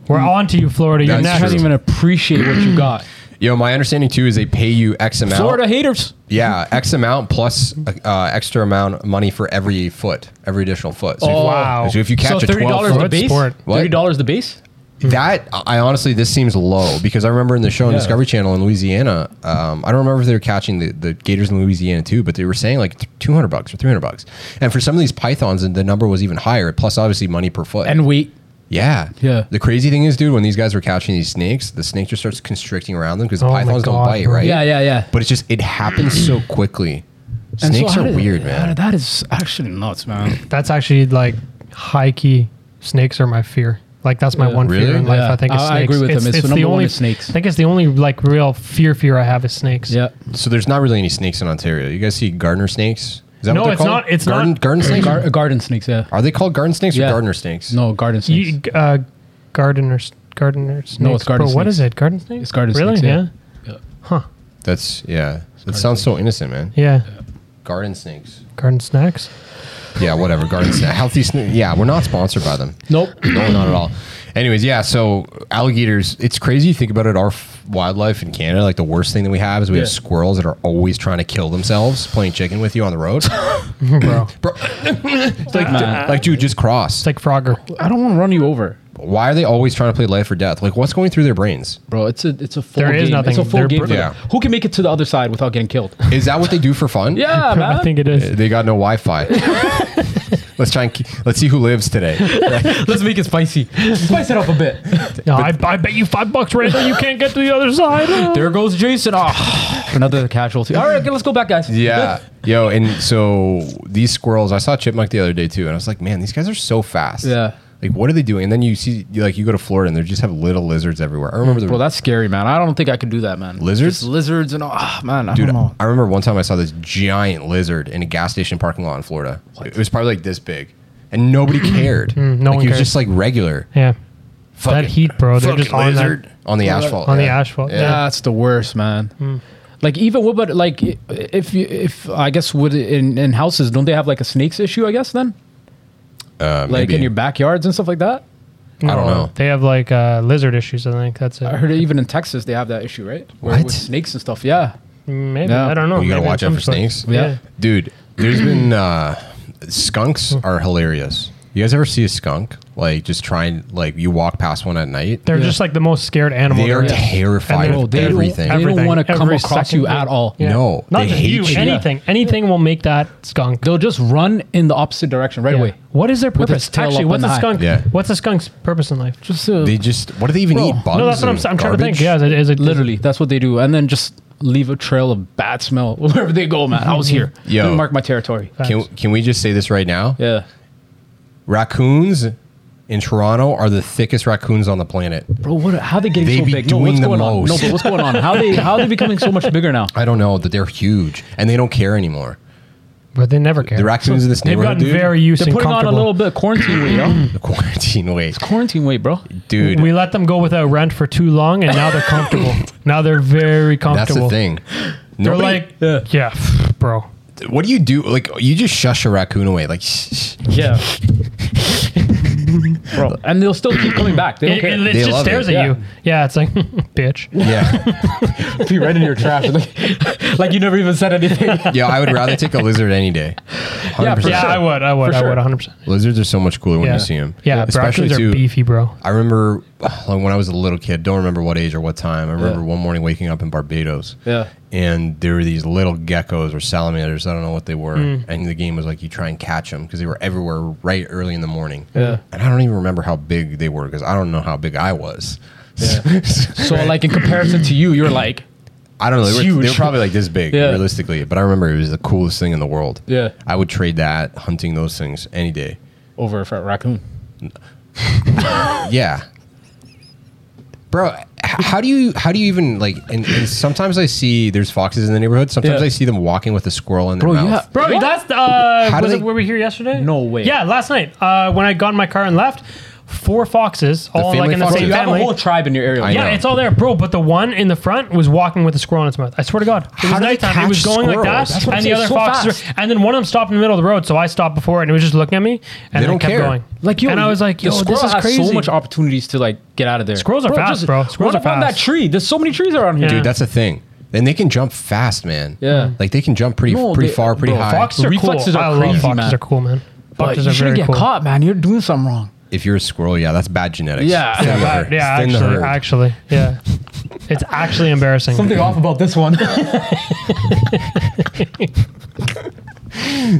We're Mm. on to you, Florida. You're That's I next. don't true. even appreciate what you got. Yo, my understanding too is they pay you X amount. Florida haters. Yeah, X amount plus uh, extra amount of money for every foot, every additional foot. So, Oh. Wow. if, so if you So catch a thirty 12 dollars the foot, Good base. sport. What? Thirty dollars the base. that I honestly this seems low because I remember in the show on Yeah. Discovery Channel in Louisiana, um, I don't remember if they were catching the, the gators in Louisiana too, but they were saying like two hundred bucks or three hundred bucks, and for some of these pythons, the number was even higher. Plus, obviously, money per foot. And wait, Yeah. Yeah. The crazy thing is, dude, when these guys were catching these snakes, the snake just starts constricting around them because Oh my pythons don't God, bite, bro. right? Yeah, yeah, yeah. But it's just it happens so quickly. and so Snakes how are did- weird, how man. did- That is actually nuts, man. That's actually like high key. Snakes are my fear. Like that's my one Really? fear in life. Yeah. I think it's I- I snakes. agree with him. It's the number one only is snakes. I think it's the only like real fear fear I have is snakes. yeah. So there's not really any snakes in Ontario. You guys see gardener snakes? Is that No, what they're it's called? not- it's garden, not- garden snakes. Gar- garden snakes. Yeah. are they called garden snakes Yeah. or gardener snakes? No garden snakes. You, uh, gardeners, gardeners. No, it's garden Bro, What snakes. is it? Garden snakes. It's garden really? snakes, yeah. Yeah. Yeah. Huh. That's yeah. That sounds so innocent, man. Yeah. Garden snakes. Garden snacks. Yeah, whatever. Garden snakes. Healthy snakes. Yeah, we're not sponsored by them. Nope. no, not at all. Anyways, yeah. So alligators, it's crazy. You think about it. Our f- wildlife in Canada, like the worst thing that we have is we have Yeah. squirrels that are always trying to kill themselves playing chicken with you on the road. Bro. Bro, like, Man. like, dude, just cross. It's like Frogger. I don't want to run you over. why are they always trying to play life or death? Like, what's going through their brains? Bro, it's a it's a full There is game. nothing. It's a full They're game. br- for them. Yeah. Who can make it to the other side without getting killed? Is that what they do for fun? Yeah, man. I think it is. They got no Wi-Fi. let's try and ke- let's see who lives today. Let's make it spicy. Spice it up a bit. No, I, I bet you five bucks right now you can't get to the other side. there goes Jason. Oh, another casualty. All right, okay, let's go back, guys. Yeah, yo, and so these squirrels. I saw a chipmunk the other day too, and I was like, man, these guys are so fast. Yeah. Like, what are they doing? And then you see, you, like, you go to Florida and they just have little lizards everywhere. I remember the Bro, that's scary, man. I don't think I could do that, man. Lizards? Just lizards and all. Ah, man, I Dude, don't know. I remember one time I saw this giant lizard in a gas station parking lot in Florida. It was probably like this big, and nobody cared. Mm, no like, one it was cares. just like regular. Yeah. Fucking- that heat, bro. They're fucking just on that, on the asphalt. on the asphalt. Yeah. Yeah. That's the worst, man. Hmm. Like even what about like i- if you if I guess would in, in houses don't they have like a snakes issue I guess then Uh, like maybe. in your backyards and stuff like that I don't know. They have like uh, lizard issues. I think that's I it. heard even in Texas they have that issue right Where- What? with snakes and stuff yeah Maybe Yeah. I don't know. You gotta Maybe watch it's out for some sort- snakes. Yeah. Yeah. Dude, there's been uh, skunks are hilarious. You guys ever see a skunk? Like just trying like you walk past one at night. They're Yeah. just like the most scared animal. They are there is. terrified And of Bro, they everything. don't, they don't Everything. want to come Every across crossing you thing. at all Yeah. No, not they just hate you. you. Anything, anything will make that skunk. they'll just run in the opposite direction right away What is their With purpose? its tail Actually, up what's in a the eye. skunk? Yeah. What's a skunk's purpose in life? just uh, They just what do they even Bro, eat? Bugs no, that's what I'm. and I'm trying to think. garbage? Yeah, is it, is it literally that's what they do and then just leave a trail of bad smell wherever they go man I was here Yo. Let me mark my territory Can, can we just say this right now? yeah Raccoons in Toronto are the thickest raccoons on the planet. bro what how they getting They so be big doing what's the going on no most. but what's going on how they how they becoming so much bigger now I don't know that they're huge and they don't care anymore. But they never care. The raccoons in this They've neighborhood, gotten dude. very used they're and putting on a comfortable. little bit of quarantine weight Hmm. yo. the quarantine way, quarantine weight bro dude. We let them go without rent for too long, and now they're comfortable. now they're very that's the comfortable. thing. They're Nobody- like, yeah, pff, bro. what do you do? Like, you just shush a raccoon away. Like, shh, shh. yeah bro. And they'll still keep coming back. They don't It, it, care. it They just love stares it. Yeah. at you. Yeah, it's like, bitch. Yeah. be right in your trash, like, like you never even said anything. yeah, I would rather take a lizard any day. 100%. for Yeah, sure. I would. I would. For I sure. would 100%. Lizards are so much cooler when Yeah. you see them. Yeah, especially brachio's too. are beefy, bro. I remember like, when I was a little kid. Don't remember what age or what time. I remember one morning waking up in Barbados. Yeah. And there were these little geckos or salamanders. I don't know what they were. And the game was like you try and catch them because they were everywhere right early in the morning. Yeah. And I don't even remember how big they were because I don't know how big I was. So like in comparison to you, you're like, I don't know. They were, they were huge. probably like this big, Yeah. realistically. But I remember it was the coolest thing in the world. Yeah. I would trade that hunting those things any day. over a fat raccoon. Yeah. Bro, h- how do you how do you even like? And, and sometimes I see there's foxes in the neighborhood. Sometimes Yeah. I see them walking with a squirrel in their Bro, yeah. mouth. Bro, What? that's uh, How do was they- it where we were here yesterday? No way. Yeah, last night uh, when I got in my car and left, four foxes, all like family in the foxes? same You have a family. whole tribe in your area. I Yeah. know. yeah, it's all there, bro. But the one in the front was walking with a squirrel in its mouth. I swear to God, it How was do they nighttime. catch It was going like squirrels? that, That's what I'm and the saying, other so foxes, fast. were, and then one of them stopped in the middle of the road. So I stopped before, and it was just looking at me, They and then don't kept care. going. Like yo, and I was like, the yo, squirrel this is has crazy. so much opportunities to like get out of there. Squirrels are fast, just bro. Squirrels run are up on that fast. tree. There's so many trees around here. Yeah. Dude, that's a thing. And they can jump fast, man. Yeah. Like they can jump pretty No, pretty they- uh, far, pretty bro, high. Foxes are Reflexes cool. are I love crazy, foxes. man. Are cool, man. But Foxes you are shouldn't very get cool. caught, man. You're doing something wrong. If you're a squirrel, yeah, that's bad genetics. Yeah. Thin the Yeah, herd. yeah, Thin the actually, herd. actually, yeah. It's actually embarrassing. off about this one.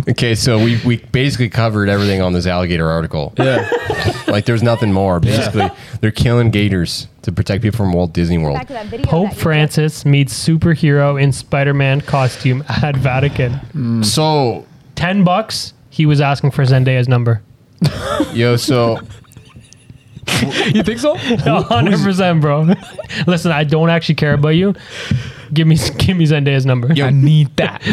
Okay, so we, we basically covered everything on this alligator article. yeah. like there's nothing more. Basically, they're killing gators to protect people from Walt Disney World. Back to that video Pope that you- Francis meets superhero in Spider-Man costume at Vatican. So, Ten bucks. He was asking for Zendaya's number. yo, so You think so? hundred percent, bro. Listen, I don't actually care about you. Give me, give me Zendaya's number. Yo. I need that.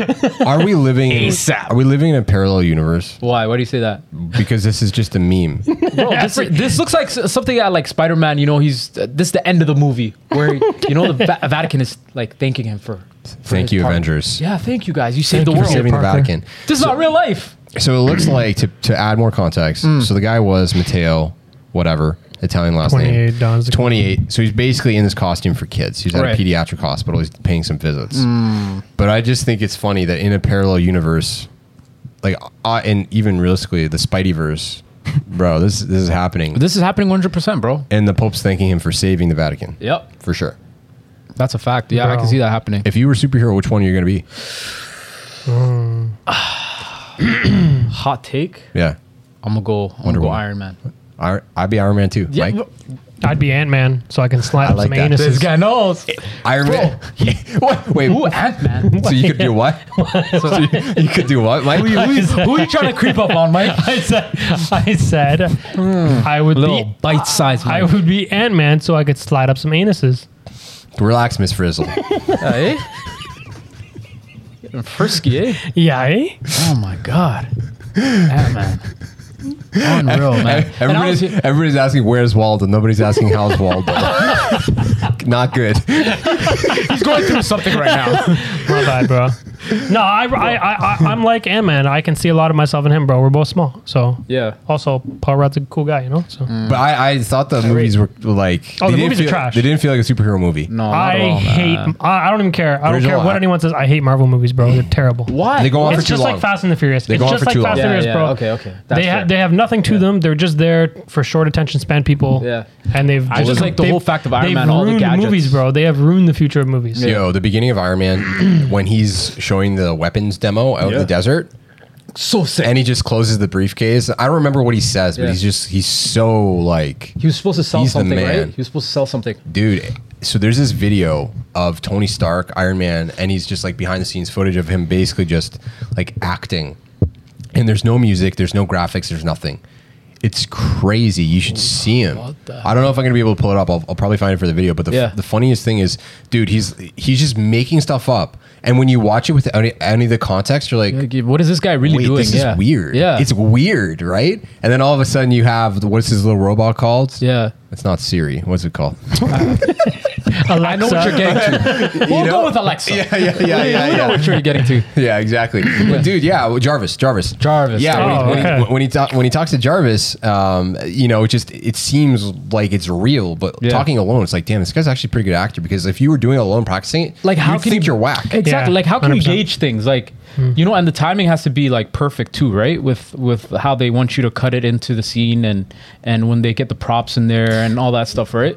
are we living in, ASAP. are we living in a parallel universe? Why? Why do you say that? Because this is just a meme. Bro, this, this looks like s- something that like Spider-Man. You know, he's uh, this is the end of the movie where you know the Va- Vatican is like thanking him for. for Thank his you, part. Avengers. Yeah, thank you guys. You saved Thank the For world. saving the Parker. Vatican. This is not real life. So it looks like to, to add more context. So the guy was Matteo, whatever Italian last 28 name, Don's- twenty eight. So he's basically in this costume for kids. He's at Right. a pediatric hospital. He's paying some visits. But I just think it's funny that in a parallel universe, like uh, and even realistically, the Spideyverse, bro, this this is happening. This is happening 100, percent bro. and the Pope's thanking him for saving the Vatican. Yep, for sure. that's a fact. Yeah, I Bro. can see that happening. If you were a superhero, which one are you gonna be? Hot take. Yeah, I'm gonna go. I'm gonna Wonder go Woman. Iron Man. I, I'd be Iron Man too. Mike? bro, I'd be Ant Man, so I can slap I like some that. anuses. this guy knows. Iron Man. what? Wait, Ooh, Ant Man. So you could do what? so you, you could do what, Mike? Who are you trying to creep up on, Mike? I said, I said, I would Little be, bite-sized. I Mike. would be Ant Man, so I could slide up some anuses. Relax, Miss Frizzle. Yeah, eh? Getting frisky, eh? Yeah, eh? Oh my god, Ant Man. Unreal, man. And I Everybody's, was here- everybody's asking where's Waldo. Nobody's asking how's Waldo. Not good. He's going through something right now. My bad, bro. No, I, I, I, I I'm like Ant Man. I can see a lot of myself in him, bro. We're both small, so Yeah. Also, Paul Rudd's a cool guy, you know. So But I, I thought the movies were like Oh, the didn't movies are feel- trash. They didn't feel like a superhero movie. No, not at I all, hate. man. I, I don't even care. I don't Original care what act. anyone says. I hate Marvel movies, bro. They're terrible. Why? They go on It's for just too long. like Fast and the Furious. They it's go on just for like too Fast long. and Yeah, Furious, yeah, bro. okay, okay. That's They fair. have they have nothing to them. They're just there for short attention span people. Yeah. and they've I just like the they've- whole fact of Iron they've Man, all the ruined gadgets. movies, bro. They have ruined the future of movies. Yo, the beginning of Iron Man when he's showing the weapons demo out in the desert, so sick. and he just closes the briefcase. I don't remember what he says, but Yeah. he's just he's so like he was supposed to sell He's the something, man. right? He was supposed to sell something. dude so there's this video of tony stark iron man and he's just like behind the scenes footage of him basically just like acting and there's no music there's no graphics there's nothing it's crazy you should see him What the- i don't know if i'm gonna be able to pull it up i'll, I'll probably find it for the video but the, Yeah. the funniest thing is dude he's he's just making stuff up and when you watch it without any, any of the context you're like Like, what is this guy really Wait, doing? this Yeah. is weird. Yeah, it's weird, right? And then all of a sudden, you have what's his little robot called? yeah. It's not Siri. What's it called? Alexa, I know what you're getting to. We'll know- go with Alexa. yeah, yeah, yeah, we know yeah, yeah. what you're getting to. Yeah, exactly. But dude, yeah, well, Jarvis, Jarvis, Jarvis, Yeah, oh, when, he, when, okay. he, when he talk, when he talks to Jarvis, um, you know, it just it seems like it's real. But Yeah. talking alone, it's like, damn, this guy's actually a pretty good actor. Because if you were doing it alone practicing it, Like how you'd can think you, are whack? Exactly. Yeah, like how can you 100%. gauge things? Like Hmm. you know, and the timing has to be like perfect too, right? With with how they want you to cut it into the scene and and when they get the props in there and all that stuff, right?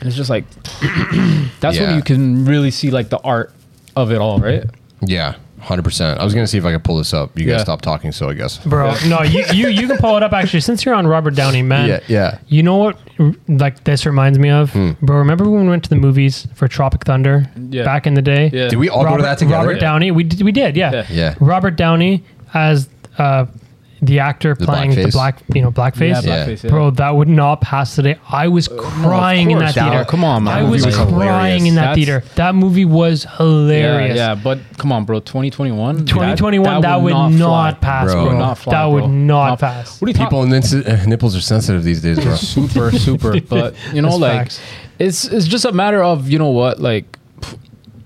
And it's just like that's Yeah. when you can really see like the art of it all, right? Yeah, hundred percent. I was gonna see if I could pull this up. You guys Yeah. stop talking, so I guess. bro. No, you, you you can pull it up actually. Since you're on Robert Downey, man. Yeah, yeah. Hmm. You know what? r- Like this reminds me of, bro. Remember when we went to the movies for Tropic Thunder Yeah. back in the day? Yeah. Did we all Robert, go to that together? Robert Downey. We did. We did. Yeah. Yeah. Robert Downey as uh, the actor playing the blackface. black, you know, blackface. Yeah. blackface, Bro, that would not pass today. I was crying in that course, theater. Downey. Come on, man. I That movie was was hilarious. crying in that That's- theater. That movie was hilarious. Yeah, yeah, but come on, bro. 2021? That- 2021, that, would not, fly. pass, Bro. bro. Would not fly, that bro. would not, Not- pass. What are you talking People nips- nipples are sensitive these days, bro. super super but you know That's like facts. it's it's just a matter of you know what like pff,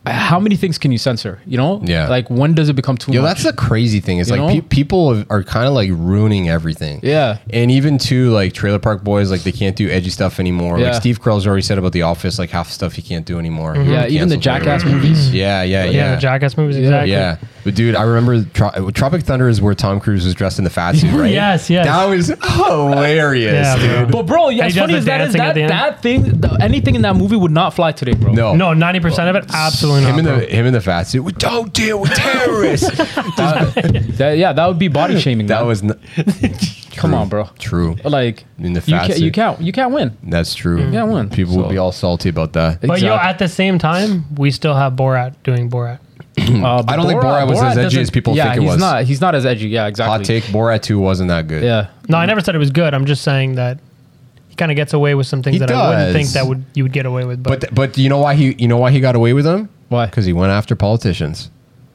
how many things can you censor you know Yeah. like when does it become too Yo, much that's the crazy thing. It's You like know? pe- people have- are kind of like ruining everything. Yeah. and even too like Trailer Park Boys, like they can't do edgy stuff anymore. Like Yeah. Mm-hmm. Steve Carell's already said about The Office, like half the stuff he can't do anymore. He yeah already even the canceled jackass whatever. movies Yeah, yeah, yeah. Yeah, the Jackass movies, exactly. Yeah, but dude, I remember Tro- uh, Tropic Thunder is where Tom Cruise was dressed in the fat suit, right? Yes, yes. That was hilarious, Yeah, bro. dude. but bro yeah And as he does funny the as that is dancing at that the end. that thing the, anything in that movie would not fly today bro No, No, 90% of it, absolutely him not. in bro. the him in the fat suit. We don't deal with terrorists. That- yeah that would be body shaming that man. was n- come on bro true. like In the you fat can't you suit. can't you can't win That's true. Yeah, one. People would So- be all salty about that. But yo, Exact- at the same time, we still have Borat doing Borat. Uh, Hmm. I don't think Borat was as edgy doesn't- as people yeah, think it he's was. not he's not as edgy yeah exactly Hot take: Borat Two wasn't that good. yeah No, I never said it was good. I'm just saying that he kind of gets away with some things He that I wouldn't think does. that would you would get away with. But, but th- but you know why he you know why he got away with them? Why? Because he went after politicians.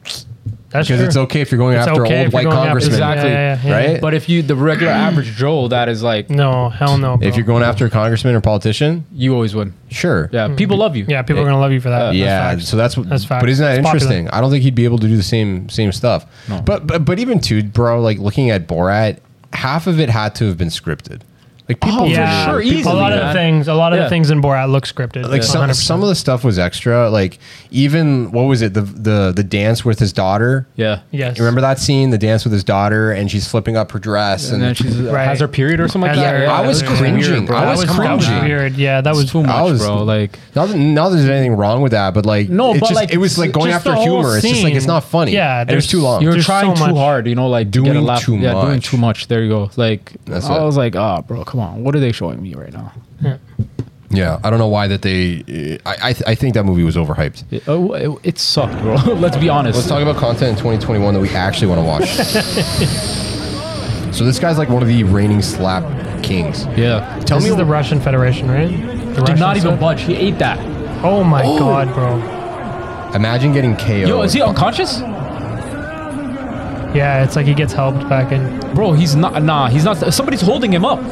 that's Because true. it's okay if you're going It's after okay old if you're white going after- congressmen, Exactly. right? but if you the regular average joe that is like No, hell no. Bro. if you're going after a congressman or politician, you always win sure. Yeah, people love you. yeah, people are gonna love you for that. Yeah, That's facts. so that's what. That's facts. But isn't that It's popular. interesting? I don't think he'd be able to do the same same stuff. But, but but even too, bro. Like looking at Borat, half of it had to have been scripted. Like people, Oh, for yeah. sure, A easily, lot of the man. things, a lot of Yeah. the things in Borat look scripted. like some, 100%. some of the stuff was extra. Like even what was it the the the dance with his daughter? Yeah. yes. You remember that scene, the dance with his daughter, and she's flipping up her dress, And and, then she's uh, Right. has her period or something like Has that. her- I was that was cringing. weird, bro. I that was was, that was cringing. weird. Yeah, that was too much, I was- bro. Like Not, not that there's anything wrong with that, but like No, it but, just, like, it was like going just after the whole humor. It's just like it's scene. not funny. Yeah, and it was there's- too long. you're There's trying so too much. hard, you know, like to get a Doing laugh. too yeah, doing much. too much. There you go. Like That's I it. was like, ah, bro, come on. What are they showing me right now? Yeah, I don't know why that they. I I, th- I think that movie was overhyped. It, oh, it, it sucked, bro. Let's be honest. Let's talk about content in 2021 that we actually want to watch. so this guy's like one of the reigning slap kings. yeah. Tell This me is the the Russian Federation, right? The Did Russian not even stuff. budge. He ate that. Oh my god, bro. imagine getting KO. Yo, is he unconscious? Yeah, it's like he gets helped back in. Bro, he's not. Nah, he's not. Somebody's holding him up.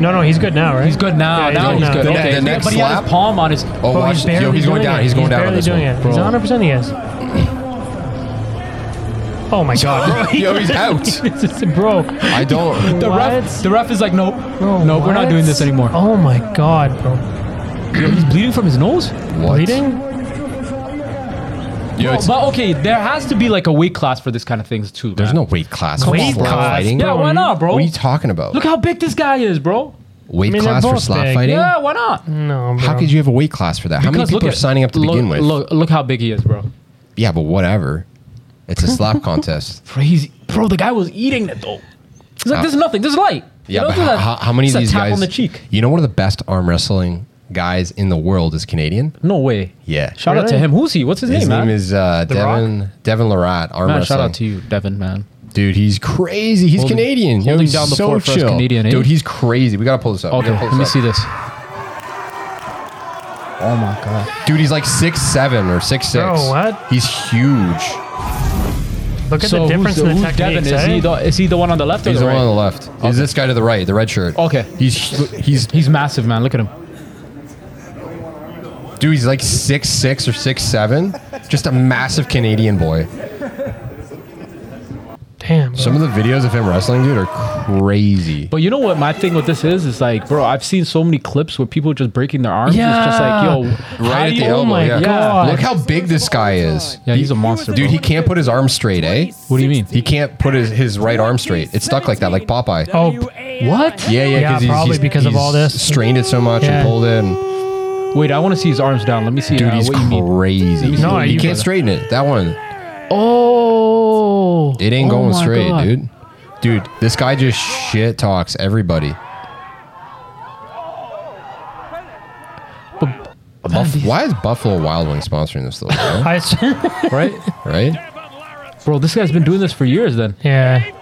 No, no, he's good now, right? He's good now. Yeah, now he's he's good. good now. The- Okay. the next but he had slap? his palm on his. Oh, Oh, watch he's this. Yo, barely he's going doing down. it. He's going down on barely this doing one. it. He's Bro. 100 percent he is. Oh my god, Yo, he's out. bro! This is- bro. I don't. The ref, What? the ref is like, no, Bro, no, we're not what? doing this anymore. Oh my god, bro! Yo, he's bleeding from his nose. What? Bleeding? Yo, it's, But okay, there has to be like a weight class for this kind of things too. there's man. no weight class. for Weight slap class, Fighting. Yeah, bro, why you- not, bro? What are you talking about? Look how big this guy is, bro. weight I mean, they're class for both slap big. fighting? Yeah, why not? No, bro. Hmm. How could you have a weight class for that? how many Because people are at- signing up to look, begin with? Look, look how big he is, bro. Yeah, but whatever. It's a slap contest. Crazy, bro. The guy was eating it though. He's like, How- this is nothing. This is light. Yeah, You know, but this is how, a- how- how many of this is these a tap guys? on the cheek? You know, one of the best arm wrestling guys in the world is Canadian. No way. Yeah, Shout out to Really? him. Who's he? What's his, His name, name man? is uh, Devin Devin Larat. Arm man, wrestling. shout out to you, Devin, man. dude. He's crazy. He's Holding- Canadian. Yo, holding he's down the so fort for us chill. Canadian, eh? dude. He's crazy. We gotta pull this up. We Okay, gotta pull let me this see up. this. Oh my god. Dude, he's like six seven or six six. Bro, what? He's huge. Look at So the who's difference in the who's techniques. Devin? Is eh? he, the, is he the one on the left or He's the the right? one on the left. He's this guy to the right, the red shirt. Okay. He's he's He's massive, man. Look at him. dude. He's like six six or six seven. Just a massive Canadian boy. Damn. bro. Some of the videos of him wrestling, dude, are crazy. But you know what my thing with this is? Is like, bro, I've seen so many clips where people just breaking their arms. It's just like, yo, Right how at do the you- elbow. oh my yeah. God. Look how big this guy is. Yeah, he's a monster, Dude, bro. he can't put his arm straight, eh? What do you mean? He can't put his, his right arm straight. It's stuck like that, like Popeye. Oh, What? Yeah, yeah, Yeah, because he's, probably he's- because of he's all this. Strained it so much Yeah. and pulled in. Wait, I want to see his arms down. Let me see Dude, uh, he's what you mean. crazy. No, I- you you can't gotta- straighten it. That one, Oh, it ain't Oh going my straight, God. dude. Dude, this guy just shit talks everybody. Buff- why is Buffalo Wild Wings sponsoring this though? you know? I s- right? Right? Bro, this guy's been doing this for years. Then, yeah.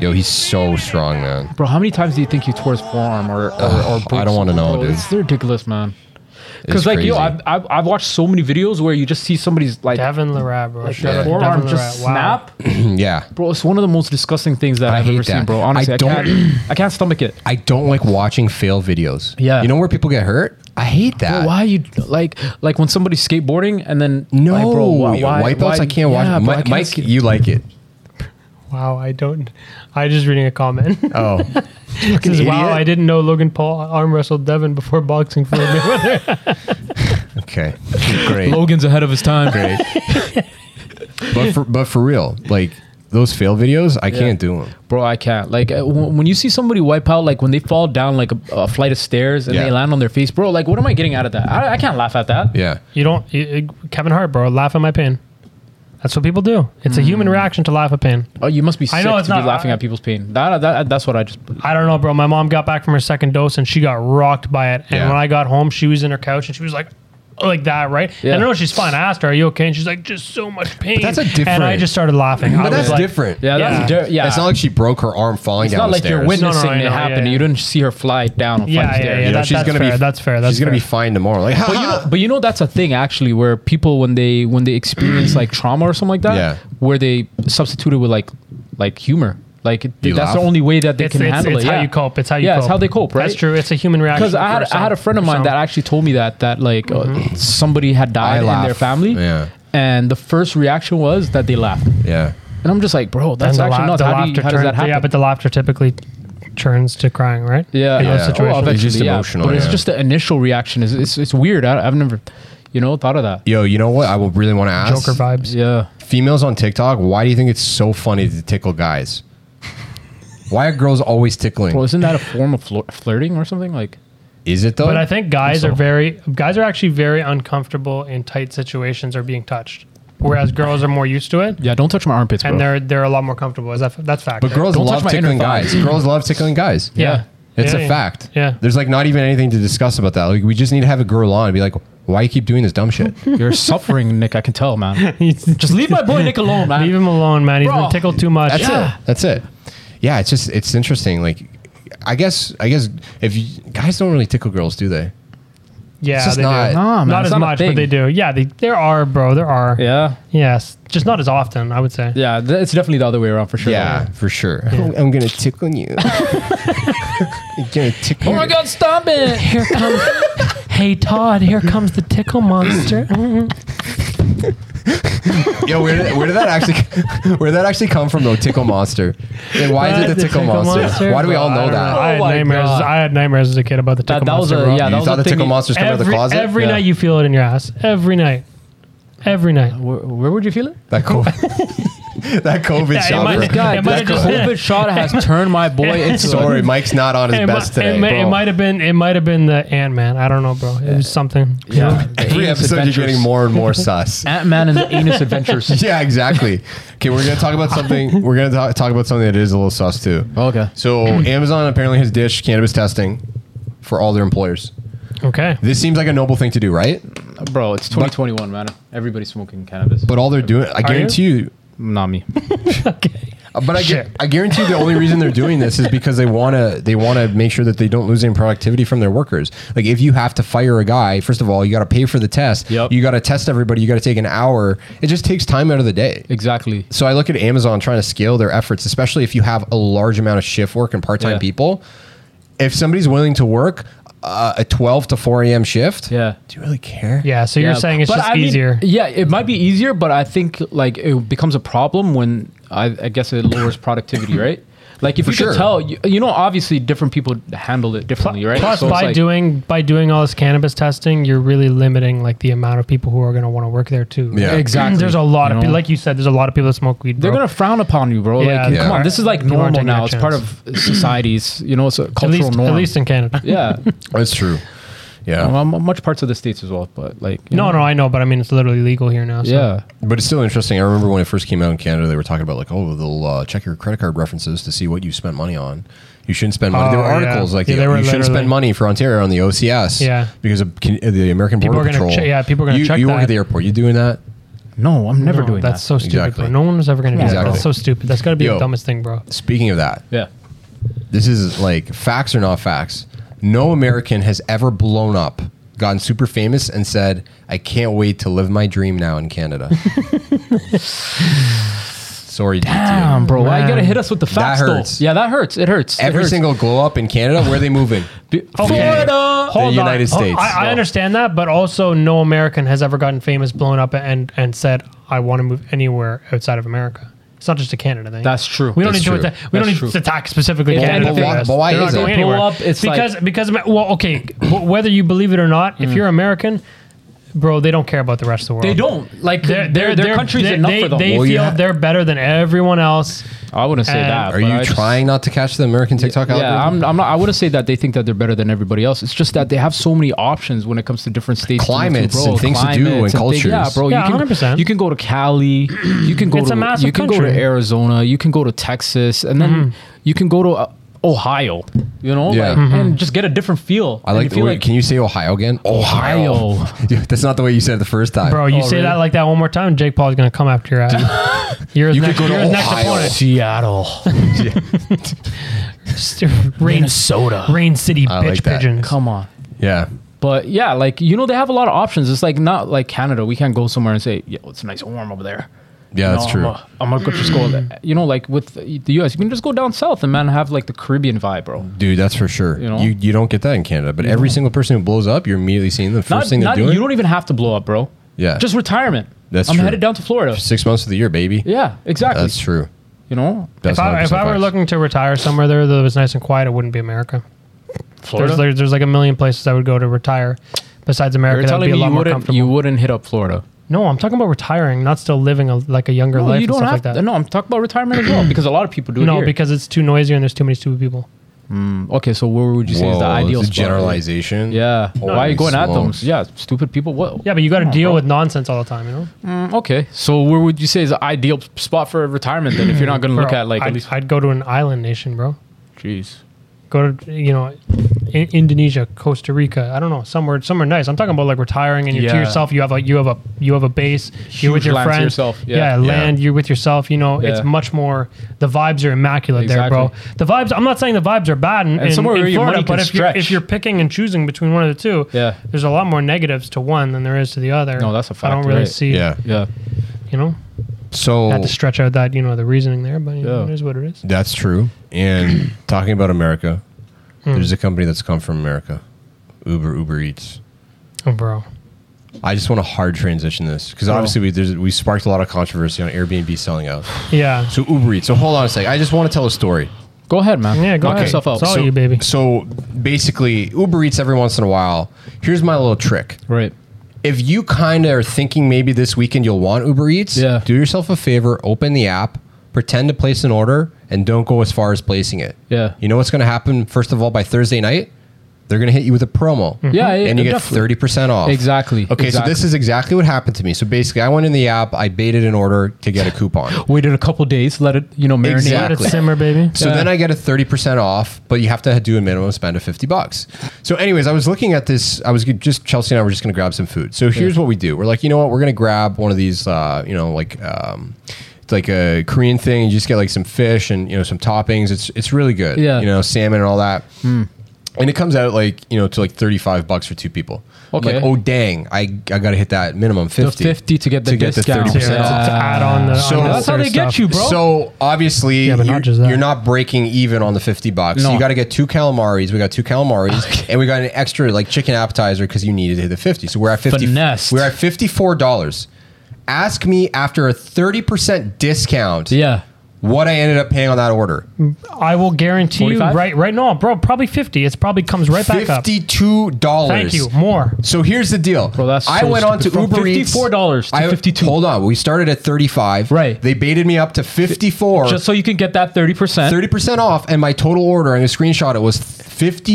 Yo, he's so strong, man. bro, how many times do you think he tore his forearm or or, or Ugh, I don't wanna know, bro, dude. It's ridiculous, man. It's Because like, crazy. yo, I've, I've I've watched so many videos where you just see somebody's like Devin Larab, bro. Shut their up. forearm Devin just Larab. Wow. snap. yeah. Bro, it's one of the most disgusting things that I I have hate ever that. seen, bro. Honestly, I I, don't- can't I can't stomach it. I don't like watching fail videos. Yeah. You know where people get hurt? I hate that. Why you like like when somebody's skateboarding and then No, like, bro, why, why, wipeouts. why- I can't watch. Yeah, Mi- bro, I can't Mike, skate- you like it? Wow, I don't. I just reading a comment. Oh, It says, wow, I didn't know Logan Paul arm wrestled Devin before boxing for a Okay, great, Logan's ahead of his time. great. but for but for real, like those fail videos, I can't do them. Bro, I can't. Like uh, w- when you see somebody wipe out, like when they fall down like a, a flight of stairs and Yeah. they land on their face, bro. Like, what am I getting out of that? I, I can't laugh at that. Yeah, You don't. You, you- Kevin Hart, bro. Laugh at my pain. That's what people do. It's a Hmm. human reaction to laugh at pain. Oh, you must be I sick know to it's be not- laughing at people's pain. That, that that's what I just. I don't know, bro. My mom got back from her second dose and she got rocked by it. And Yeah. when I got home, she was in her couch and she was like, like that, right? And I Yeah. know she's fine. I asked her, "Are you okay?" And she's like, "Just so much pain." that's a And I different- just started laughing. I but was that's like, different. Yeah, that's Yeah. yeah. yeah. it's not like she broke her arm falling It's down not the like you're stairs. no, witnessing I know, it yeah, happen. yeah. You didn't see her fly down. a flight Yeah, of yeah, stairs. yeah, You know, that- she's that's gonna fair, be that's fair, that's she's gonna be fair. fine tomorrow. Like, But you, know, but you know that's a thing actually where people when they when they experience like trauma or something like that, Yeah. where they substitute it with like like humor, like it, You that's the laugh. only way that they It's, can it's, handle it's it. how yeah. you cope. It's how you. yeah, cope. it's how they cope, right? That's true. It's a human reaction. Because I had for I had a some- friend of for mine some. Mm-hmm. that actually told me that that like uh, somebody had died in laugh. their family, Yeah. and the first reaction was that they laughed, yeah, and I'm just like, bro, that's And the actually laugh- nuts. the How, do you, laughter how does that turns- happen? Yeah, but the laughter typically turns to crying, right? Yeah, in those Yeah. Oh, situations. It's just eventually, yeah. emotional, But it's yeah. just the initial reaction. Is it's, it's weird. I, I've never, you know, thought of that. yo, you know what? I will really want to ask Joker vibes. Yeah, females on TikTok. Why do you think it's so funny to tickle guys? Why are girls always tickling? bro, isn't that a form of flir- flirting or something? Like, Is it though? But I think guys so. are very guys are actually very uncomfortable in tight situations or being touched, whereas girls are more used to it yeah, don't touch my armpits, bro. and they're they're a lot more comfortable. Is that that's fact? But right? girls Don't touch love my tickling inner thigh. guys. girls love tickling guys. yeah. It's Yeah, a yeah. fact. Yeah. There's like not even anything to discuss about that. Like we just need to have a girl on and be like, why you keep doing this dumb shit? You're suffering, Nick. I can tell, man. Just leave my boy Nick alone, man. Leave him alone, man. He's Bro. been tickled too much. That's it. That's it. Yeah, it's just it's interesting. Like I guess I guess if you, guys don't really tickle girls, do they? Yeah, It's just they not- do. Nah, man, not it's as not a much, but thing. they do. Yeah, they, there are, bro. There are. Yeah, Yes, just not as often, I would say. yeah. th- It's definitely the other way around for sure. Yeah, for sure. I'm gonna tickle you. I'm gonna tickle Oh my you. God! Stop it! Here comes, hey Todd, here comes the tickle monster. Yo, where did, where did that actually where did that actually come from though? Tickle monster. Then why is it the, tickle, monster? Why do we all know that? I had Oh my nightmares. God. I had nightmares as a kid about the tickle That, that was monster. a bro. yeah. you That was thought a the thing. tickle monster's coming out every, of the closet? Every Yeah. night you feel it in your ass. Every night. Every night. Where, where would you feel it? That COVID, that COVID Yeah, it shot. might- for- it might God, have that just been- COVID shot has turned my boy into. Sorry, Mike's not on his It, best mi- today. it, mi- bro. it might have been it might have been the Ant Man. I don't know, bro. It was something. Yeah. Every episode, you're getting more and more sus. Ant Man and the Anus Adventures. Yeah, exactly. Okay, we're gonna talk about something. We're gonna talk, talk about something that is a little sus too. Oh, Okay. So Amazon apparently has ditched cannabis testing for all their employers. Okay. This seems like a noble thing to do, right? Bro, it's 2021, man. Everybody's smoking cannabis. But all they're doing, I guarantee you, Not me. uh, But I, gu- Shit. I guarantee the only reason they're doing this is because they want to they want to make sure that they don't lose any productivity from their workers. Like if you have to fire a guy, first of all, you got to pay for the test. Yep. You got to test everybody. You got to take an hour. It just takes time out of the day. Exactly. So I look at Amazon trying to scale their efforts, especially if you have a large amount of shift work and part time Yeah. people. If somebody's willing to work uh, a 12 to 4 a.m. shift, Yeah. do you really care? Yeah, so you're saying it's But just I mean, easier. yeah, it might be easier, but I think like it becomes a problem when I, I guess it lowers productivity, right? Like if For you sure. could tell, you, you know, obviously different people handle it differently, right? Plus, So it's by like- doing by doing all this cannabis testing, you're really limiting like the amount of people who are going to want to work there too. Yeah. Exactly. There's a lot You of people, know? like you said, there's a lot of people that smoke weed. they're bro. gonna frown upon you, bro. Yeah, like, yeah. come on, this is like People aren't normal taking that now. It's part of societies, you know, it's a at cultural least norm. at least in Canada. yeah, That's true. Yeah. well, m- much parts of the states as well, but like you No, know, no, I know, but I mean it's literally legal here now. So. Oh, yeah, But it's still interesting. I remember when it first came out in Canada, they were talking about like, oh, they'll uh, check your credit card references to see what you spent money on. You shouldn't spend money. there were Oh, yeah. articles like Yeah, the, they were you shouldn't spend literally- money for Ontario on the OCS. Yeah. because of can, uh, the American People Border are gonna Patrol. che- yeah, people are gonna you, check You work that. at the airport. You doing that? no, I'm never No, doing that's that. so stupid, Exactly. bro. No one was ever gonna do that. Exactly. That's so stupid. That's gotta be Yo. the dumbest thing, bro. Speaking of that, yeah, this is like facts or not facts. No American has ever blown up, gotten super famous, and said, "I can't wait to live my dream now in Canada." Sorry, DT. damn, bro. Why you gotta Man. hit us with the facts though? hurts. Yeah, that hurts. It hurts. It Every hurts. single glow up in Canada, where are they moving? Be- Florida, Hold United on. Oh, States. I, I No. understand that, but also no American has ever gotten famous, blown up, and and said I want to move anywhere outside of America. It's not just a Canada thing. That's true. We don't That's need to true. attack. We don't That's true. need to attack specifically If Canada. anything- for this. But why They're is not it? going Blow anywhere. up, it's because because well okay w- whether you believe it or not, if you're American, bro, they don't care about the rest of the world. Mm. They don't like their their, their country's they, enough they, for them. Oh, They Well, you feel ha- they're better than everyone else. I wouldn't say And- that. Are but you I just- trying not to catch the American TikTok algorithm? Yeah, I'm, I'm not. I wouldn't say that they think that they're better than everybody else. It's just that they have so many options when it comes to different states, to move to, Climates and things to do and climates things- yeah, cultures. bro. Yeah, you can 100%. you can go to Cali, you can go It's to a massive you can go to country. Arizona, you can go to Texas, and then you can go to uh, Ohio. You know, Yeah. like, and just get a different feel. I like the way. Can you say Ohio again? Ohio. Dude, That's not the way you said it the first time. Bro, you Oh, say really? that like that one more time, Jake Paul's gonna come after your ass. You're his You could next, go to you're his next Ohio. opponent. Seattle, Rain, Minnesota. Rain City I bitch like that. pigeons. Come on. Yeah. But yeah, like you know, they have a lot of options. It's like not like Canada. We can't go somewhere and say, "Yo, it's nice and warm over there." Yeah, that's true. Mm. I'm gonna go just go. there. You know, like with the U.S., you can just go down south and man have like the Caribbean vibe, bro. Dude, that's for sure. You, know? you, don't get that in Canada, but every single person who blows up, you're immediately seeing the first Not, thing they're not- doing. you don't even have to blow up, bro. Yeah. just retirement. That's I'm true. headed down to Florida. Six months of the year, baby. Yeah, exactly. That's true. you know, That's if I, if 100% I were facts. looking to retire somewhere there that was nice and quiet, it wouldn't be America. There's, there's there's like a million places I would go to retire besides You're America. That would telling be a me lot you more wouldn't, comfortable. you wouldn't hit up Florida. no, I'm talking about retiring, not still living a, like a younger No, life you and don't stuff have like that. to. No, I'm talking about retirement as Mm. well because a lot of people do it no, here. because it's too noisy and there's too many stupid people. okay, so where would you say is the Whoa, ideal this is spot? generalization. Yeah, why are Holy you going at them? smokes. Yeah, stupid people. What? Yeah, but you got to Come on, deal bro. with nonsense all the time, you know. Okay, so where would you say is the ideal spot for retirement then? If you're not going to look Bro, at like I'd, at least, I'd go to an island nation, bro. jeez, Go to you know, in, Indonesia, Costa Rica. I don't know, somewhere somewhere nice. I'm talking about like retiring and you're to Yeah. yourself. You have a you have a you have a base. you're with Huge your land to friends. yourself, yeah. Yeah. land. You're with yourself. You know, it's Yeah. much more. The vibes are immaculate there, bro. The vibes. I'm not saying the vibes are bad in, in, somewhere in where your Florida, money can but if you're, stretch. if you're picking and choosing between one of the two, Yeah. there's a lot more negatives to one than there is to the other. No, that's a I don't fact, really right. see. Yeah. yeah, you know, So not to stretch out that you know the reasoning there, but you know, Yeah. it is what it is. that's true. And talking about America, Hmm. there's a company that's come from America Uber, Uber Eats. Oh, bro. I just want to hard transition this Oh. because obviously we there's, we sparked a lot of controversy on Airbnb selling out. Yeah. So Uber Eats. So hold on a sec. I just want to tell a story. go ahead, man. Yeah, go Knock ahead. yourself out. It's all so, Oh, you, baby. So basically, Uber Eats every once in a while. Here's my little trick. right. If you kind of are thinking maybe this weekend you'll want Uber Eats, Yeah. do yourself a favor, open the app, pretend to place an order, and don't go as far as placing it. Yeah. You know what's going to happen, first of all, by Thursday night? They're going to hit you with a promo. Mm-hmm. Yeah, yeah, And you get definitely. 30% off. Exactly, Okay, so exactly. this is exactly what happened to me. So basically, I went in the app, I baited an order to get a coupon. Waited a couple days, let it you know marinate. Exactly. Let it simmer, baby. So Yeah. then I get a 30% off, but you have to do a minimum spend of 50 bucks. So anyways, I was looking at this. I was g- just, Chelsea and I were just going to grab some food. So here's what we do. We're like, you know what? We're going to grab one of these, uh, you know, like um, it's like a Korean thing. You just get like some fish and you know some toppings. It's it's really good. Yeah. Hmm. you know salmon and all that. And it comes out like you know to like thirty five bucks for two people. I'm Okay. Like oh dang, I I gotta hit that minimum The fifty. 50 to get the To get the discount. 30%. to add on the. So- on the That's how other they get stuff. you, bro. So obviously, Yeah, but not you're, just that. you're not breaking even on the fifty bucks. No. You got to get two calamaris. We got two calamaris, and we got an extra like chicken appetizer because you needed to hit the fifty. So we're at fifty. Finessed. We're at fifty four dollars. Ask me after a thirty percent discount yeah. what I ended up paying on that order. I will guarantee 45? you right right now, bro. Probably fifty. It's probably comes right back up. Fifty two dollars. Thank you. More. So here's the deal. Bro, that's I so went on to stupid. From Uber Eats. $54 to I- $52. Hold on. We started at 35. Right. They baited me up to 54. Just so you can get that 30%. 30% off and my total order I'm gonna screenshot it was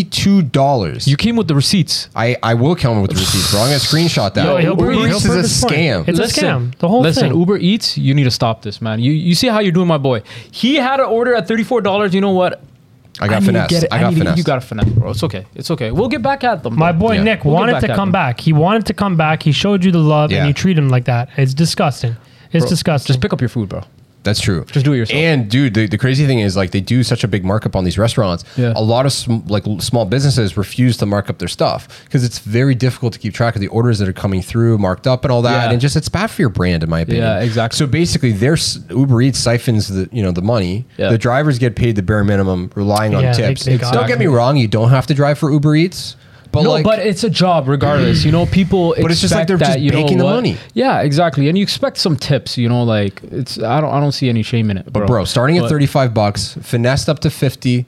$52 You came with the receipts. I, I will kill him with the receipts bro I'm gonna screenshot that Yo, he'll Uber prove- he'll Eats prove is his a point. scam It's- a scam, the whole listen, thing. Uber Eats, you need to stop this, man. You you see how you're doing, my boy. He had an order at thirty four dollars. You know what? I got need to finessed get it. I got need to- finessed You got a finesse, bro. It's okay. It's okay. We'll get back at them. My bro. boy Yeah. Nick We'll get wanted back to at come him. back. He wanted to come back. He showed you the love, Yeah. and you treat him like that. It's disgusting. It's disgusting. Just pick up your food, bro. that's true Just do it yourself. and dude the, the crazy thing is like they do such a big markup on these restaurants Yeah. a lot of sm- like l- small businesses refuse to mark up their stuff because it's very difficult to keep track of the orders that are coming through marked up and all that Yeah. and just it's bad for your brand in my opinion Yeah, exactly. so basically their s- Uber Eats siphons the you know the money Yeah. the drivers get paid the bare minimum relying on Yeah, they- tips they got don't it. get me wrong you don't have to drive for Uber Eats but no, like but it's a job regardless. You know, people. But it's just like they're that, just you know banking the what? money. Yeah, exactly. And you expect some tips. You know, like it's. I don't. I don't see any shame in it, bro. bro starting at But 35 bucks finessed up to 50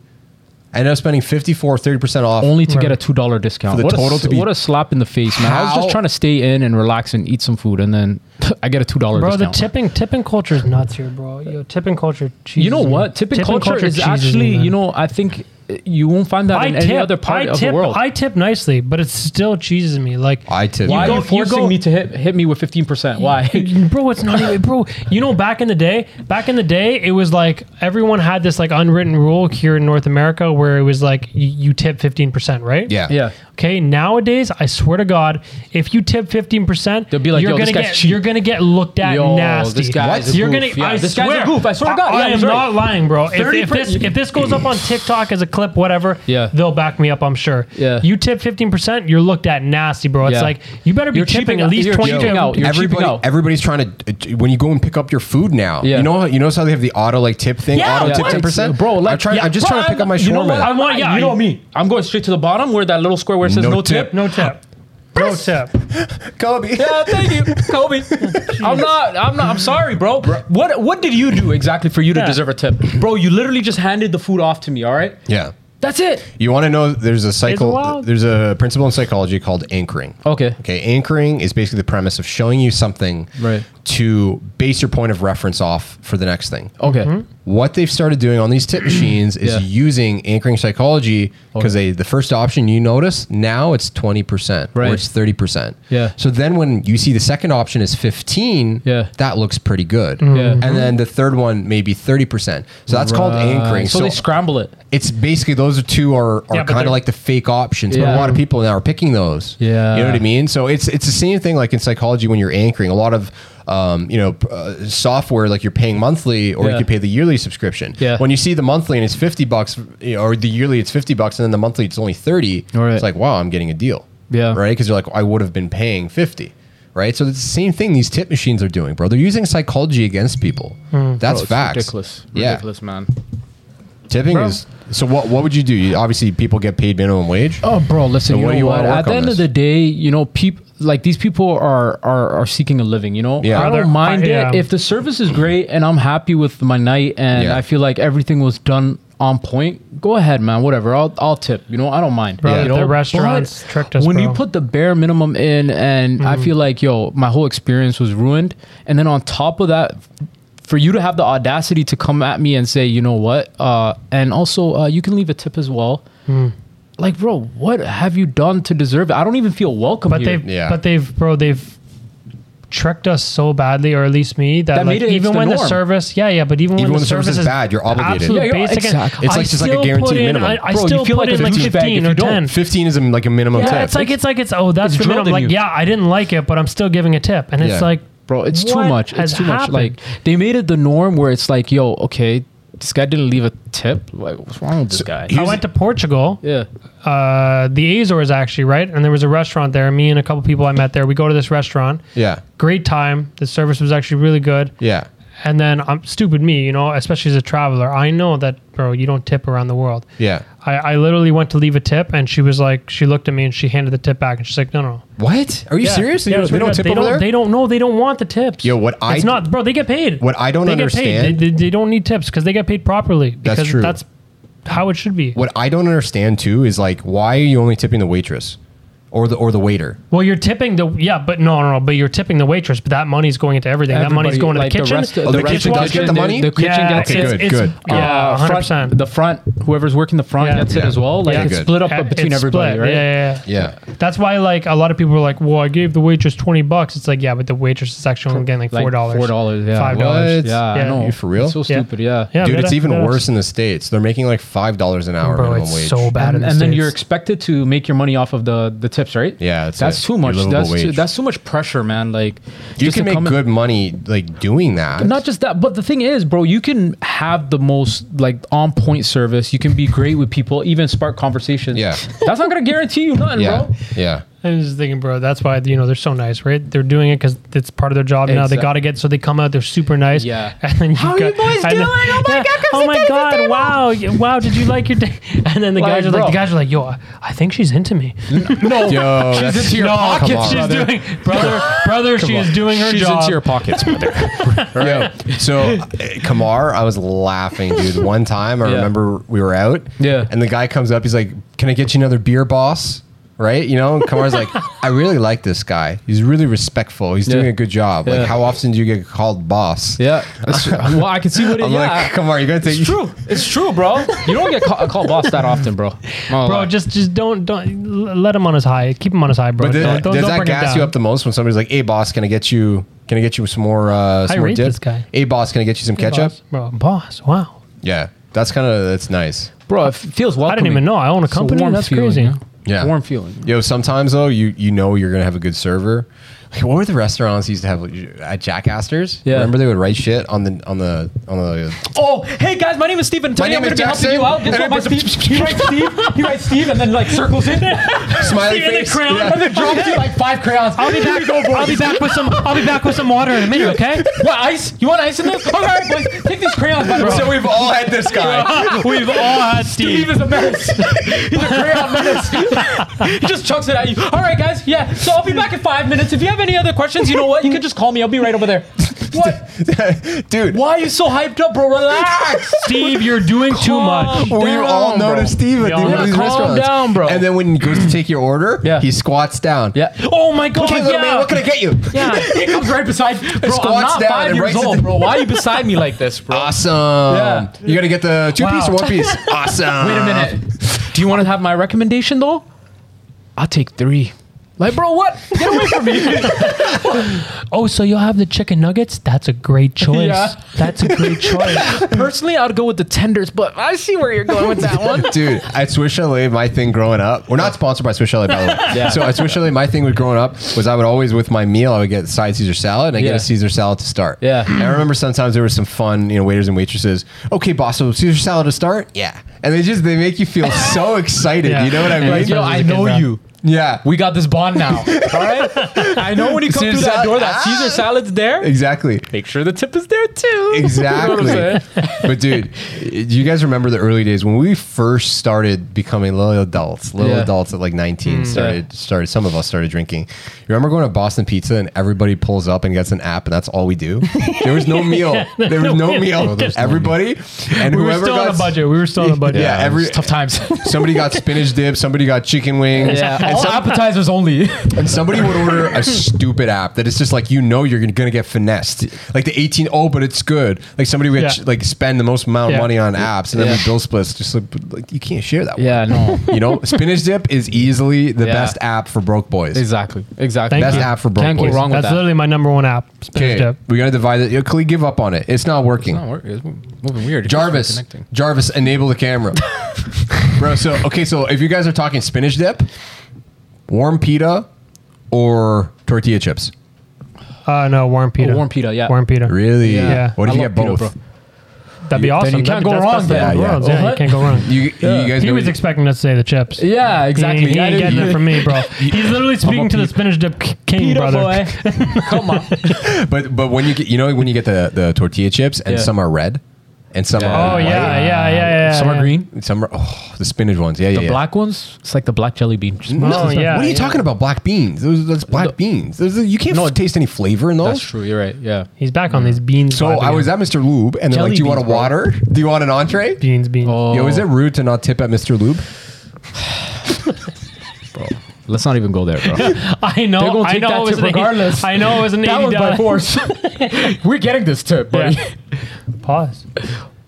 I ended up spending 54 30% off Only to Right. get a two dollar discount. For the what, total a, to be- what a slap in the face, man! I was How- just trying to stay in and relax and eat some food, and then I get a two dollar Bro, discount. the tipping tipping culture is nuts here, bro. Yo, tipping culture. You know cheeses me. what? Tipping, culture, is cheeses me, actually, man. you know, I think uh, you won't find that I in tip. any other part I of tip, the world. I tip nicely, but it still cheeses me. Like I tip Why You are go- you forcing me to hit hit me with fifteen percent? Why? bro, it's not even, bro. You know, back in the day, back in the day, it was like everyone had this like unwritten rule here in North America where it was like you, you tip fifteen percent, right? yeah yeah, Okay. Nowadays, I swear to God, if you tip fifteen percent, They'll be like, you're "Yo, this gonna guy's get cheap." you're gonna get looked at Yo, nasty. this guy is a You're goof. gonna. Yeah, I this guy's swear, a goof. I swear to God. Yeah, I, am he's right. not lying, bro. If, if 30% this if this goes up on TikTok as a clip, whatever, Yeah. they'll back me up. I'm sure. Yeah. You tip fifteen percent, you're looked at nasty, bro. It's Yeah. like you better be You're tipping cheaping at out- least you're twenty cheaping to out. You're cheaping everybody, out. everybody's trying to. uh, When you go and pick up your food now, Yeah. you know, you notice how they have the auto like tip thing, Yeah, auto yeah. tip What? ten percent, bro. Like, I'm, trying, yeah, I'm just bro, trying to pick up my you know shawarma. what? I want- yeah, you know I- me. I'm going straight to the bottom where that little square where it says No no, tip. tip. No tip. No tip. Kobe. Yeah, thank you, Kobe. I'm not. I'm not. I'm sorry, bro. What What did you do exactly for you to Yeah. deserve a tip, bro? You literally just handed the food off to me. All right, Yeah. that's it. You want to know? There's a cycle. wild. There's a principle in psychology called anchoring. Okay. Okay. Anchoring is basically the premise of showing you something Right. to base your point of reference off for the next thing. Okay. What they've started doing on these tip machines is Yeah. using anchoring psychology because they the first option you notice now it's twenty percent Right. or it's thirty percent. Yeah. So then when you see the second option is fifteen, Yeah. Mm-hmm. that looks pretty good. Yeah. And then the third one maybe thirty percent. So that's called anchoring. So, So, they scramble it. it's basically those are two are, are Yeah, but kind of they're- like the fake options, but a Yeah. lot of people now are picking those. Yeah. You know what I mean? So it's it's the same thing like in psychology when you're anchoring. A lot of um, you know, uh, software like you're paying monthly, or you Yeah. can pay the yearly subscription. Yeah. When you see the monthly and it's fifty bucks, you know, or the yearly it's fifty bucks, and then the monthly it's only thirty. All right. It's like wow, I'm getting a deal. Yeah. Right? Because you're like, I would have been paying fifty. Right. So it's the same thing these tip machines are doing, bro. They're using psychology against people. That's Hmm. It's facts. Ridiculous. Yeah. Ridiculous, man. Tipping is so. What what would you do? You, obviously, people get paid minimum wage. Oh, bro, listen. So you what know do you what? wanna work At the on end this? of the day, you know, people like these people are are are seeking a living. You know, Yeah. I They're- don't mind I- yeah. it if the service is great and I'm happy with my night and Yeah. I feel like everything was done on point. Go ahead, man. Whatever. I'll I'll tip. You know, I don't mind. Bro, you know? the restaurants But tricked us, When you bro. Mm-hmm. put the bare minimum in, and I feel like yo, my whole experience was ruined. And then on top of that. For you to have the audacity to come at me and say, you know what, uh, and also uh, you can leave a tip as well like, bro, what have you done to deserve it? I don't even feel welcome But here. they've, Yeah. but they've, bro, they've tricked us so badly, or at least me, that, That like, made it- it's even the when the norm. service, yeah, yeah, but even, Even when the service is bad, you're obligated. absolute Yeah, you're- basic and- exactly. It's I like- just like a still put guaranteed in- minimum. I, Bro, I you still feel put like a in like douchebag if fifteen you or don't. ten. Fifteen is a, like a minimum Yeah, tip. it's like it's like it's oh that's It's the minimum. drilled in Like you. yeah, I didn't like it, but I'm still giving a tip, and it's Yeah. like bro. It's too What much. It's has too much. happened? Like they made it the norm where it's like, yo, okay, this guy didn't leave a tip. Like, what's wrong with this guy? I went to Portugal, yeah. uh, the Azores actually, right? And there was a restaurant there. Me and a couple people I met there. We go to this restaurant. Yeah. Great time. The service was actually really good. Yeah. And then I'm stupid me, you know, especially as a traveler. I know that, bro, you don't tip around the world. Yeah. I, I literally went to leave a tip, and she was like, she looked at me and she handed the tip back, and she's like, no, no. What? Are you Yeah. serious? They Yeah, don't- they swear to don't God, tip they over don't, there? They don't know. They don't want the tips. Yo, what I it's d- not, bro. They get paid. What I don't they Get understand- paid. They, they, they don't need tips because they get paid properly. Because true. That's how it should be. What I don't understand too is like, why are you only tipping the waitress or the or the waiter? Well, you're tipping the yeah, but no, no, no. But you're tipping the waitress. But that money's going into everything. that money's Everybody- going to like, the kitchen. rest- Oh, the kitchen does dishwasher, get the money? The kitchen yeah, gets Okay, it. it's, good, it's, good. Yeah, Uh, hundred front, percent. the front, whoever's working the front Yeah. gets it Yeah. as well. Like Yeah, it's good. split up uh, between everybody, right? Yeah, yeah, yeah. Yeah. That's why, like, a lot of people are like, "Well, I gave the waitress twenty bucks." It's like, yeah, but the waitress is actually only getting like Like four dollars, Four dollars, yeah. five What? dollars. Yeah, Yeah. I know. You for real? It's so Yeah. stupid, yeah. Yeah, Dude, that- it's even that- worse in the states. They're making like five dollars an hour Bro, minimum it's wage. so bad. and, in the and then States. you're expected to make your money off of the the tips, right? Yeah, that's that's it. too Your much. livable That's too, wage. that's too much pressure, man. Like You just can to make come in- good money like doing that. Not just that, but the thing is, bro, you can have the most like on point service. You can be great with people, even spark conversations. Yeah. that's not gonna guarantee you nothing, yeah. bro. Yeah. I was just thinking, bro. That's why you know they're so nice, right? They're doing it because it's part of their job now. They Exactly. got to get so they come out. They're super nice. Yeah. And then you How are got, you boys and doing? Oh my God, come oh sit my down, sit god! down. Wow! Yeah, Wow! Did you like your day? And then the Like, guys are like, bro. the guys are like, yo, I- I think she's into me. No. Yo, that's into your Come pockets, on. she's doing, brother, brother. she is doing her She's job. into your pockets, brother. Yo, so uh, Kamar, I was laughing, dude. One time, I Yeah. remember we were out. Yeah. And the guy comes up. He's like, "Can I get you another beer, boss?" Right? You know, and Kamar's like, "I really like this guy. He's really respectful. He's doing Yeah. a good job. Like, Yeah. how often do you get called boss?" yeah, that's, well, I can see what it. I'm yeah, like, Kamar, you gotta take. It's true. It's true, bro. You don't get call, called boss that often, bro. bro, just just don't don't l- let him on his high. Keep him on his high, bro. But th- don't, don't, does don't that bring him gas you down. up the most when somebody's like, "Hey, boss, can I get you? Can I get you some more? Uh, some I more rate dip? this guy. Hey, boss, can I get you some ketchup? boss, bro? Boss, wow. Yeah, that's kind of that's nice. bro, it feels welcome. I didn't even know I own a company. That's crazy. Yeah, warm feeling. Yo, sometimes though, you you know you're gonna have a good server. Like, what were the restaurants used to have like, at Jackasters? Yeah. remember they would write shit on the on the on the. Oh, hey guys, my name is Steve and My today I'm name going is to Jackson. be helping you out. Guess what, my And it Steve? He writes Steve, he writes Steve, and then like circles it. Smiley in the face. crown. Yeah. And then drops you like five crayons. I'll be back. I'll be back with some. I'll be back with some water in a minute. Okay. What ice? You want ice in this? All right, boys, take these crayons. By the way. So we've all had this guy. We've all had Steve is a menace. He's a crayon menace. he just chucks it at you. All right, guys. Yeah. So I'll be back in five minutes. If you have any other questions, you know what? You can just call me. I'll be right over there. What? Dude, Why are you so hyped up, bro? Relax. Steve, you're doing too much. we down, all bro. noticed Steve at Yeah, the- one of these calm restaurants. down, bro. And then when he goes to take your order, Yeah. he squats down. Yeah. Oh my god! Hey, little man, what can I get you? Yeah, he comes right beside. Bro, I'm squats not down five and years raises old, it- Uh, bro. Why are you beside me like this, bro? Awesome. Yeah. You gotta get the two piece or Wow. one piece. Awesome. Wait a minute. Do you want to have my recommendation though? I'll take three. Like, bro, what? Get away from me. oh, so you'll have the chicken nuggets? That's a great choice. Yeah. That's a great choice. Personally, I'd go with the tenders, but I see where you're going with that one. Dude, at Swish LA, my thing growing up, we're not sponsored by Swish LA, by the way. Yeah. So at Swish LA, my thing with growing up was I would always, with my meal, I would get side Caesar salad and I get Yeah. a Caesar salad to start. Yeah. And I remember sometimes there was some fun, you know, waiters and waitresses. Okay, boss, so Caesar salad to start? Yeah. And they just, they make you feel so excited. Yeah. You know what I mean? Like, yo, I know you. yeah. We got this bond now. All right. I know when you come Caesar through that salad- door, that Ah! Caesar salad's there. exactly. Make sure the tip is there too. Exactly. You know what I'm but dude, do you guys remember the early days when we first started becoming little adults? Little Yeah. adults at like 19 started started some of us started drinking. You remember going to Boston Pizza and everybody pulls up and gets an app and that's all we do? There was no meal. there was no meal. everybody and we were whoever still on got a budget. We were still on a budget. Yeah, every Tough times. somebody got spinach dip, somebody got chicken wings. Yeah. All appetizers only. And somebody would order a stupid app that it's just like you know you're gonna get finessessed. Like the 18, oh, but it's good. Like somebody would Yeah. like spend the most amount of Yeah. money on apps, and then Yeah. we bill splits. Just like, but, like, you can't share that. Yeah, no. one. you know, spinach dip is easily the Yeah. best app for broke boys. Exactly. Exactly. Thank Best you. app for broke Can't go boys. wrong with That's that. literally my number one app. Spinach Okay, dip. we gotta divide it. Yo, Khalid, give up on it. It's not working. not working. It's moving weird. It's Jarvis, not connecting. Jarvis, enable the camera, bro. So okay, so if you guys are talking spinach dip, warm pita, or tortilla chips. Uh, no, warm pita. warm pita, yeah. Warm pita. Really? Yeah. Yeah. What if I you love get both? pita, bro. That'd be You- awesome. then you That'd can't be- go that's- wrong that's then. the Yeah, world. yeah. Yeah, you can't go wrong. You, you guys he know was expecting us to say the chips. Yeah, exactly. He, he I ain't didn't- getting it from me, bro. He's literally speaking to the peep. spinach dip k- king, Pita brother. boy. Come on. But but when you get you know when you get the, the tortilla chips and Yeah. some are red and some Yeah. are Oh white, yeah, yeah, yeah, yeah. Some are yeah. green. and some are oh the spinach ones yeah The yeah. black ones, it's like the black jelly bean. Just No, Oh, yeah, what are you yeah. talking about? Black beans. Those, that's black No. beans. Those, you can't No, f- taste any flavor in That's those. true. You're right. Yeah. He's back on these beans. So vibes I was again. at Mr. Lube and they're Jelly like, "Do you want a beans, bro. water? Do you want an entree?" beans, beans. Oh. Yo, is it rude to not tip at Mr. Lube? Oh, Let's not even go there, bro. I know. They're gonna I take know. that it was tip an eighty- regardless. I know it was an that eighty was by dollar. force. We're getting this tip, but Yeah. Pause.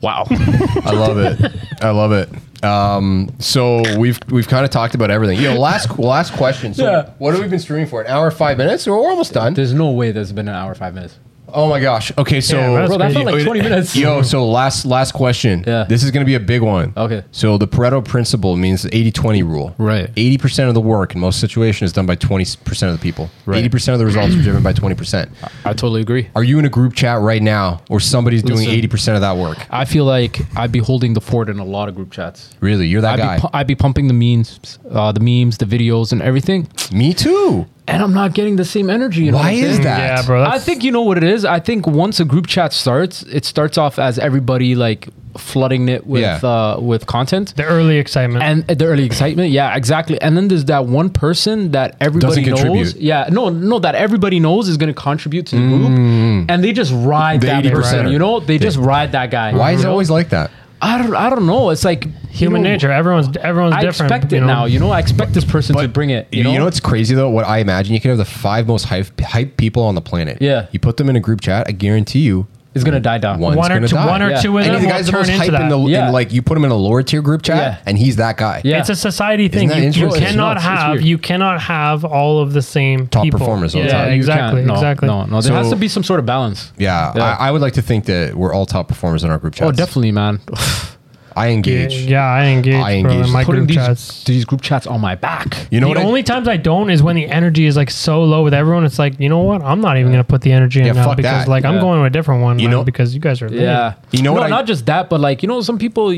wow. I love it. I love it. Um, so we've we've kind of talked about everything. Yo, last last question. So Yeah. what have we been streaming for? An hour, five minutes? We're almost done. There's no way there's been an hour five minutes. Oh my gosh. Okay, so Yeah, that's Bro, that felt crazy. like 20 minutes. Yo, so last last question. Yeah. This is gonna be a big one. Okay. So the Pareto principle means the 80-20 rule. Right. Eighty percent of the work in most situations is done by twenty percent of the people. Right. Eighty percent of the results are driven by twenty percent. I totally agree. Are you in a group chat right now or somebody's doing Listen. eighty percent of that work? I feel like I'd be holding the fort in a lot of group chats. Really? You're that I'd guy. be, pu- I'd be pumping the memes, uh, the memes, the videos, and everything, Me too. and I'm not getting the same energy. you know Why what I'm is saying? Mm. that? Yeah, bro. I That's, think you know what it is. I think once a group chat starts, it starts off as everybody like flooding it with Yeah. uh, with content. the early excitement. and uh, the early excitement yeah exactly and then there's that one person that everybody Doesn't knows contribute. yeah no no that everybody knows is going to contribute to the group and they just ride Mm. The that 80%. person you know they just ride that guy Why is you it know? always like that? i don't i don't know it's like Human you know, nature. Everyone's everyone's i different. expect it you know? now you know i expect this person to bring it you know, what's crazy though? What I imagine you could have the five most hype, hype people on the planet. Yeah. You put them in a group chat, I guarantee you it's going to die down one's One or gonna two. die. One or Yeah. two of And them the will guy's the turn most into hype in the that. in Yeah. like you put him in a lower tier group chat Yeah. and he's that guy. Yeah. It's a society thing. that You, you interesting? cannot It's nuts. It's have weird. you cannot have all of the same Top people. performers all Yeah, the time. You exactly, can't- no, exactly. no no there So- has to be some sort of balance Yeah. Yeah. I, I would like to think that we're all top performers in our group chats. oh definitely man I Yeah, engage. yeah, I engage. I bro, in engage. my putting group these chats. these group chats on my back You know the what? only I, times I don't is when the energy is like so low with everyone. It's like you know what? I'm not even gonna put the energy Yeah, in now fuck because that. like I'm Yeah. going to a different one. You man, know- because you guys are late. Yeah. You know No, what I- not just that, but like, you know, some people,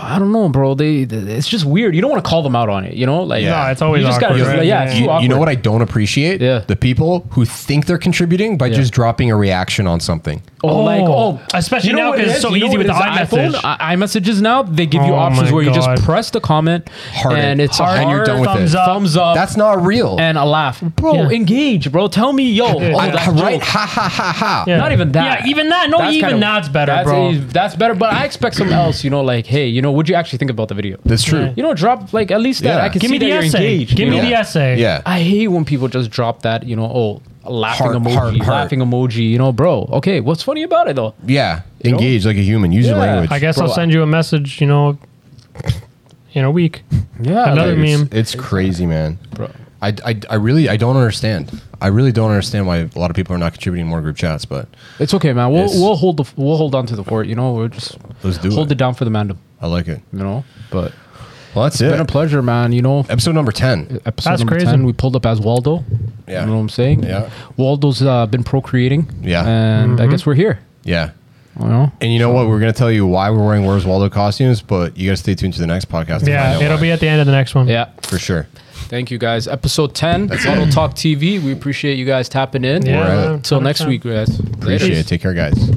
I don't know, bro. They, they- it's just weird. You don't want to call them out on it, you know? Like, Yeah. No, it's always you just awkward, Gotta, right? Yeah, it's You- too you, awkward. you know what I don't appreciate? Yeah. The people who think they're contributing by Yeah. just dropping a reaction on something. Oh, like, oh, Especially you know now what 'cause it it's is? so You know easy what with it the is? iMessage. I- iMessages now, they give you Oh options my where you God. just press the comment Heart it. and it's Heart hard, it. And you're done with thumbs it. up, thumbs up, That's not real. and a laugh. Bro, Yeah. engage, bro. Tell me, yo, oh, I- that's right? dope. Ha ha ha ha. Yeah. Not even that. Yeah, even that. No, even kinda- that's better, that's bro. a- that's better, but I expect something else, you know, like, hey, you know, what'd you actually think about the video? That's true. You know, drop like at least that Yeah. I can Give see me the that you're essay. engaged. Give you me know? the essay. Yeah. I hate when people just drop that, you know, oh, a laughing Heart, emoji, heart, heart. laughing emoji, you know, bro. Okay, what's funny about it though? Yeah. Engage like a human. Use your Yeah. language. I guess Bro, I'll I- send you a message. You know, in a week. Yeah, Another- like, It's- meme. It's crazy, man. Bro. I, I, I really I don't understand. I really don't understand why a lot of people are not contributing more group chats, but it's okay, man. We'll Yes. we'll hold the we'll hold on to the fort, you know. We'll just Let's do it. hold it down for the mandem, I like it. you know. But Well, that's it's it. been a pleasure, man. You know, Episode number ten. episode That's number crazy. ten, we pulled up as Waldo. Yeah. you know what I'm saying. Yeah. Waldo's uh, been procreating. Yeah. and I guess we're here. Yeah. You know, And you know what? We're gonna tell you why we're wearing Where's Waldo costumes, but you gotta stay tuned to the next podcast. to Yeah, find out it'll why. be at the end of the next one. yeah. for sure. Thank you guys. Episode ten, Bottle Talk TV. We appreciate you guys tapping in. Yeah. Alright. man, Till next 100%. week, guys. Appreciate it. Take care, guys.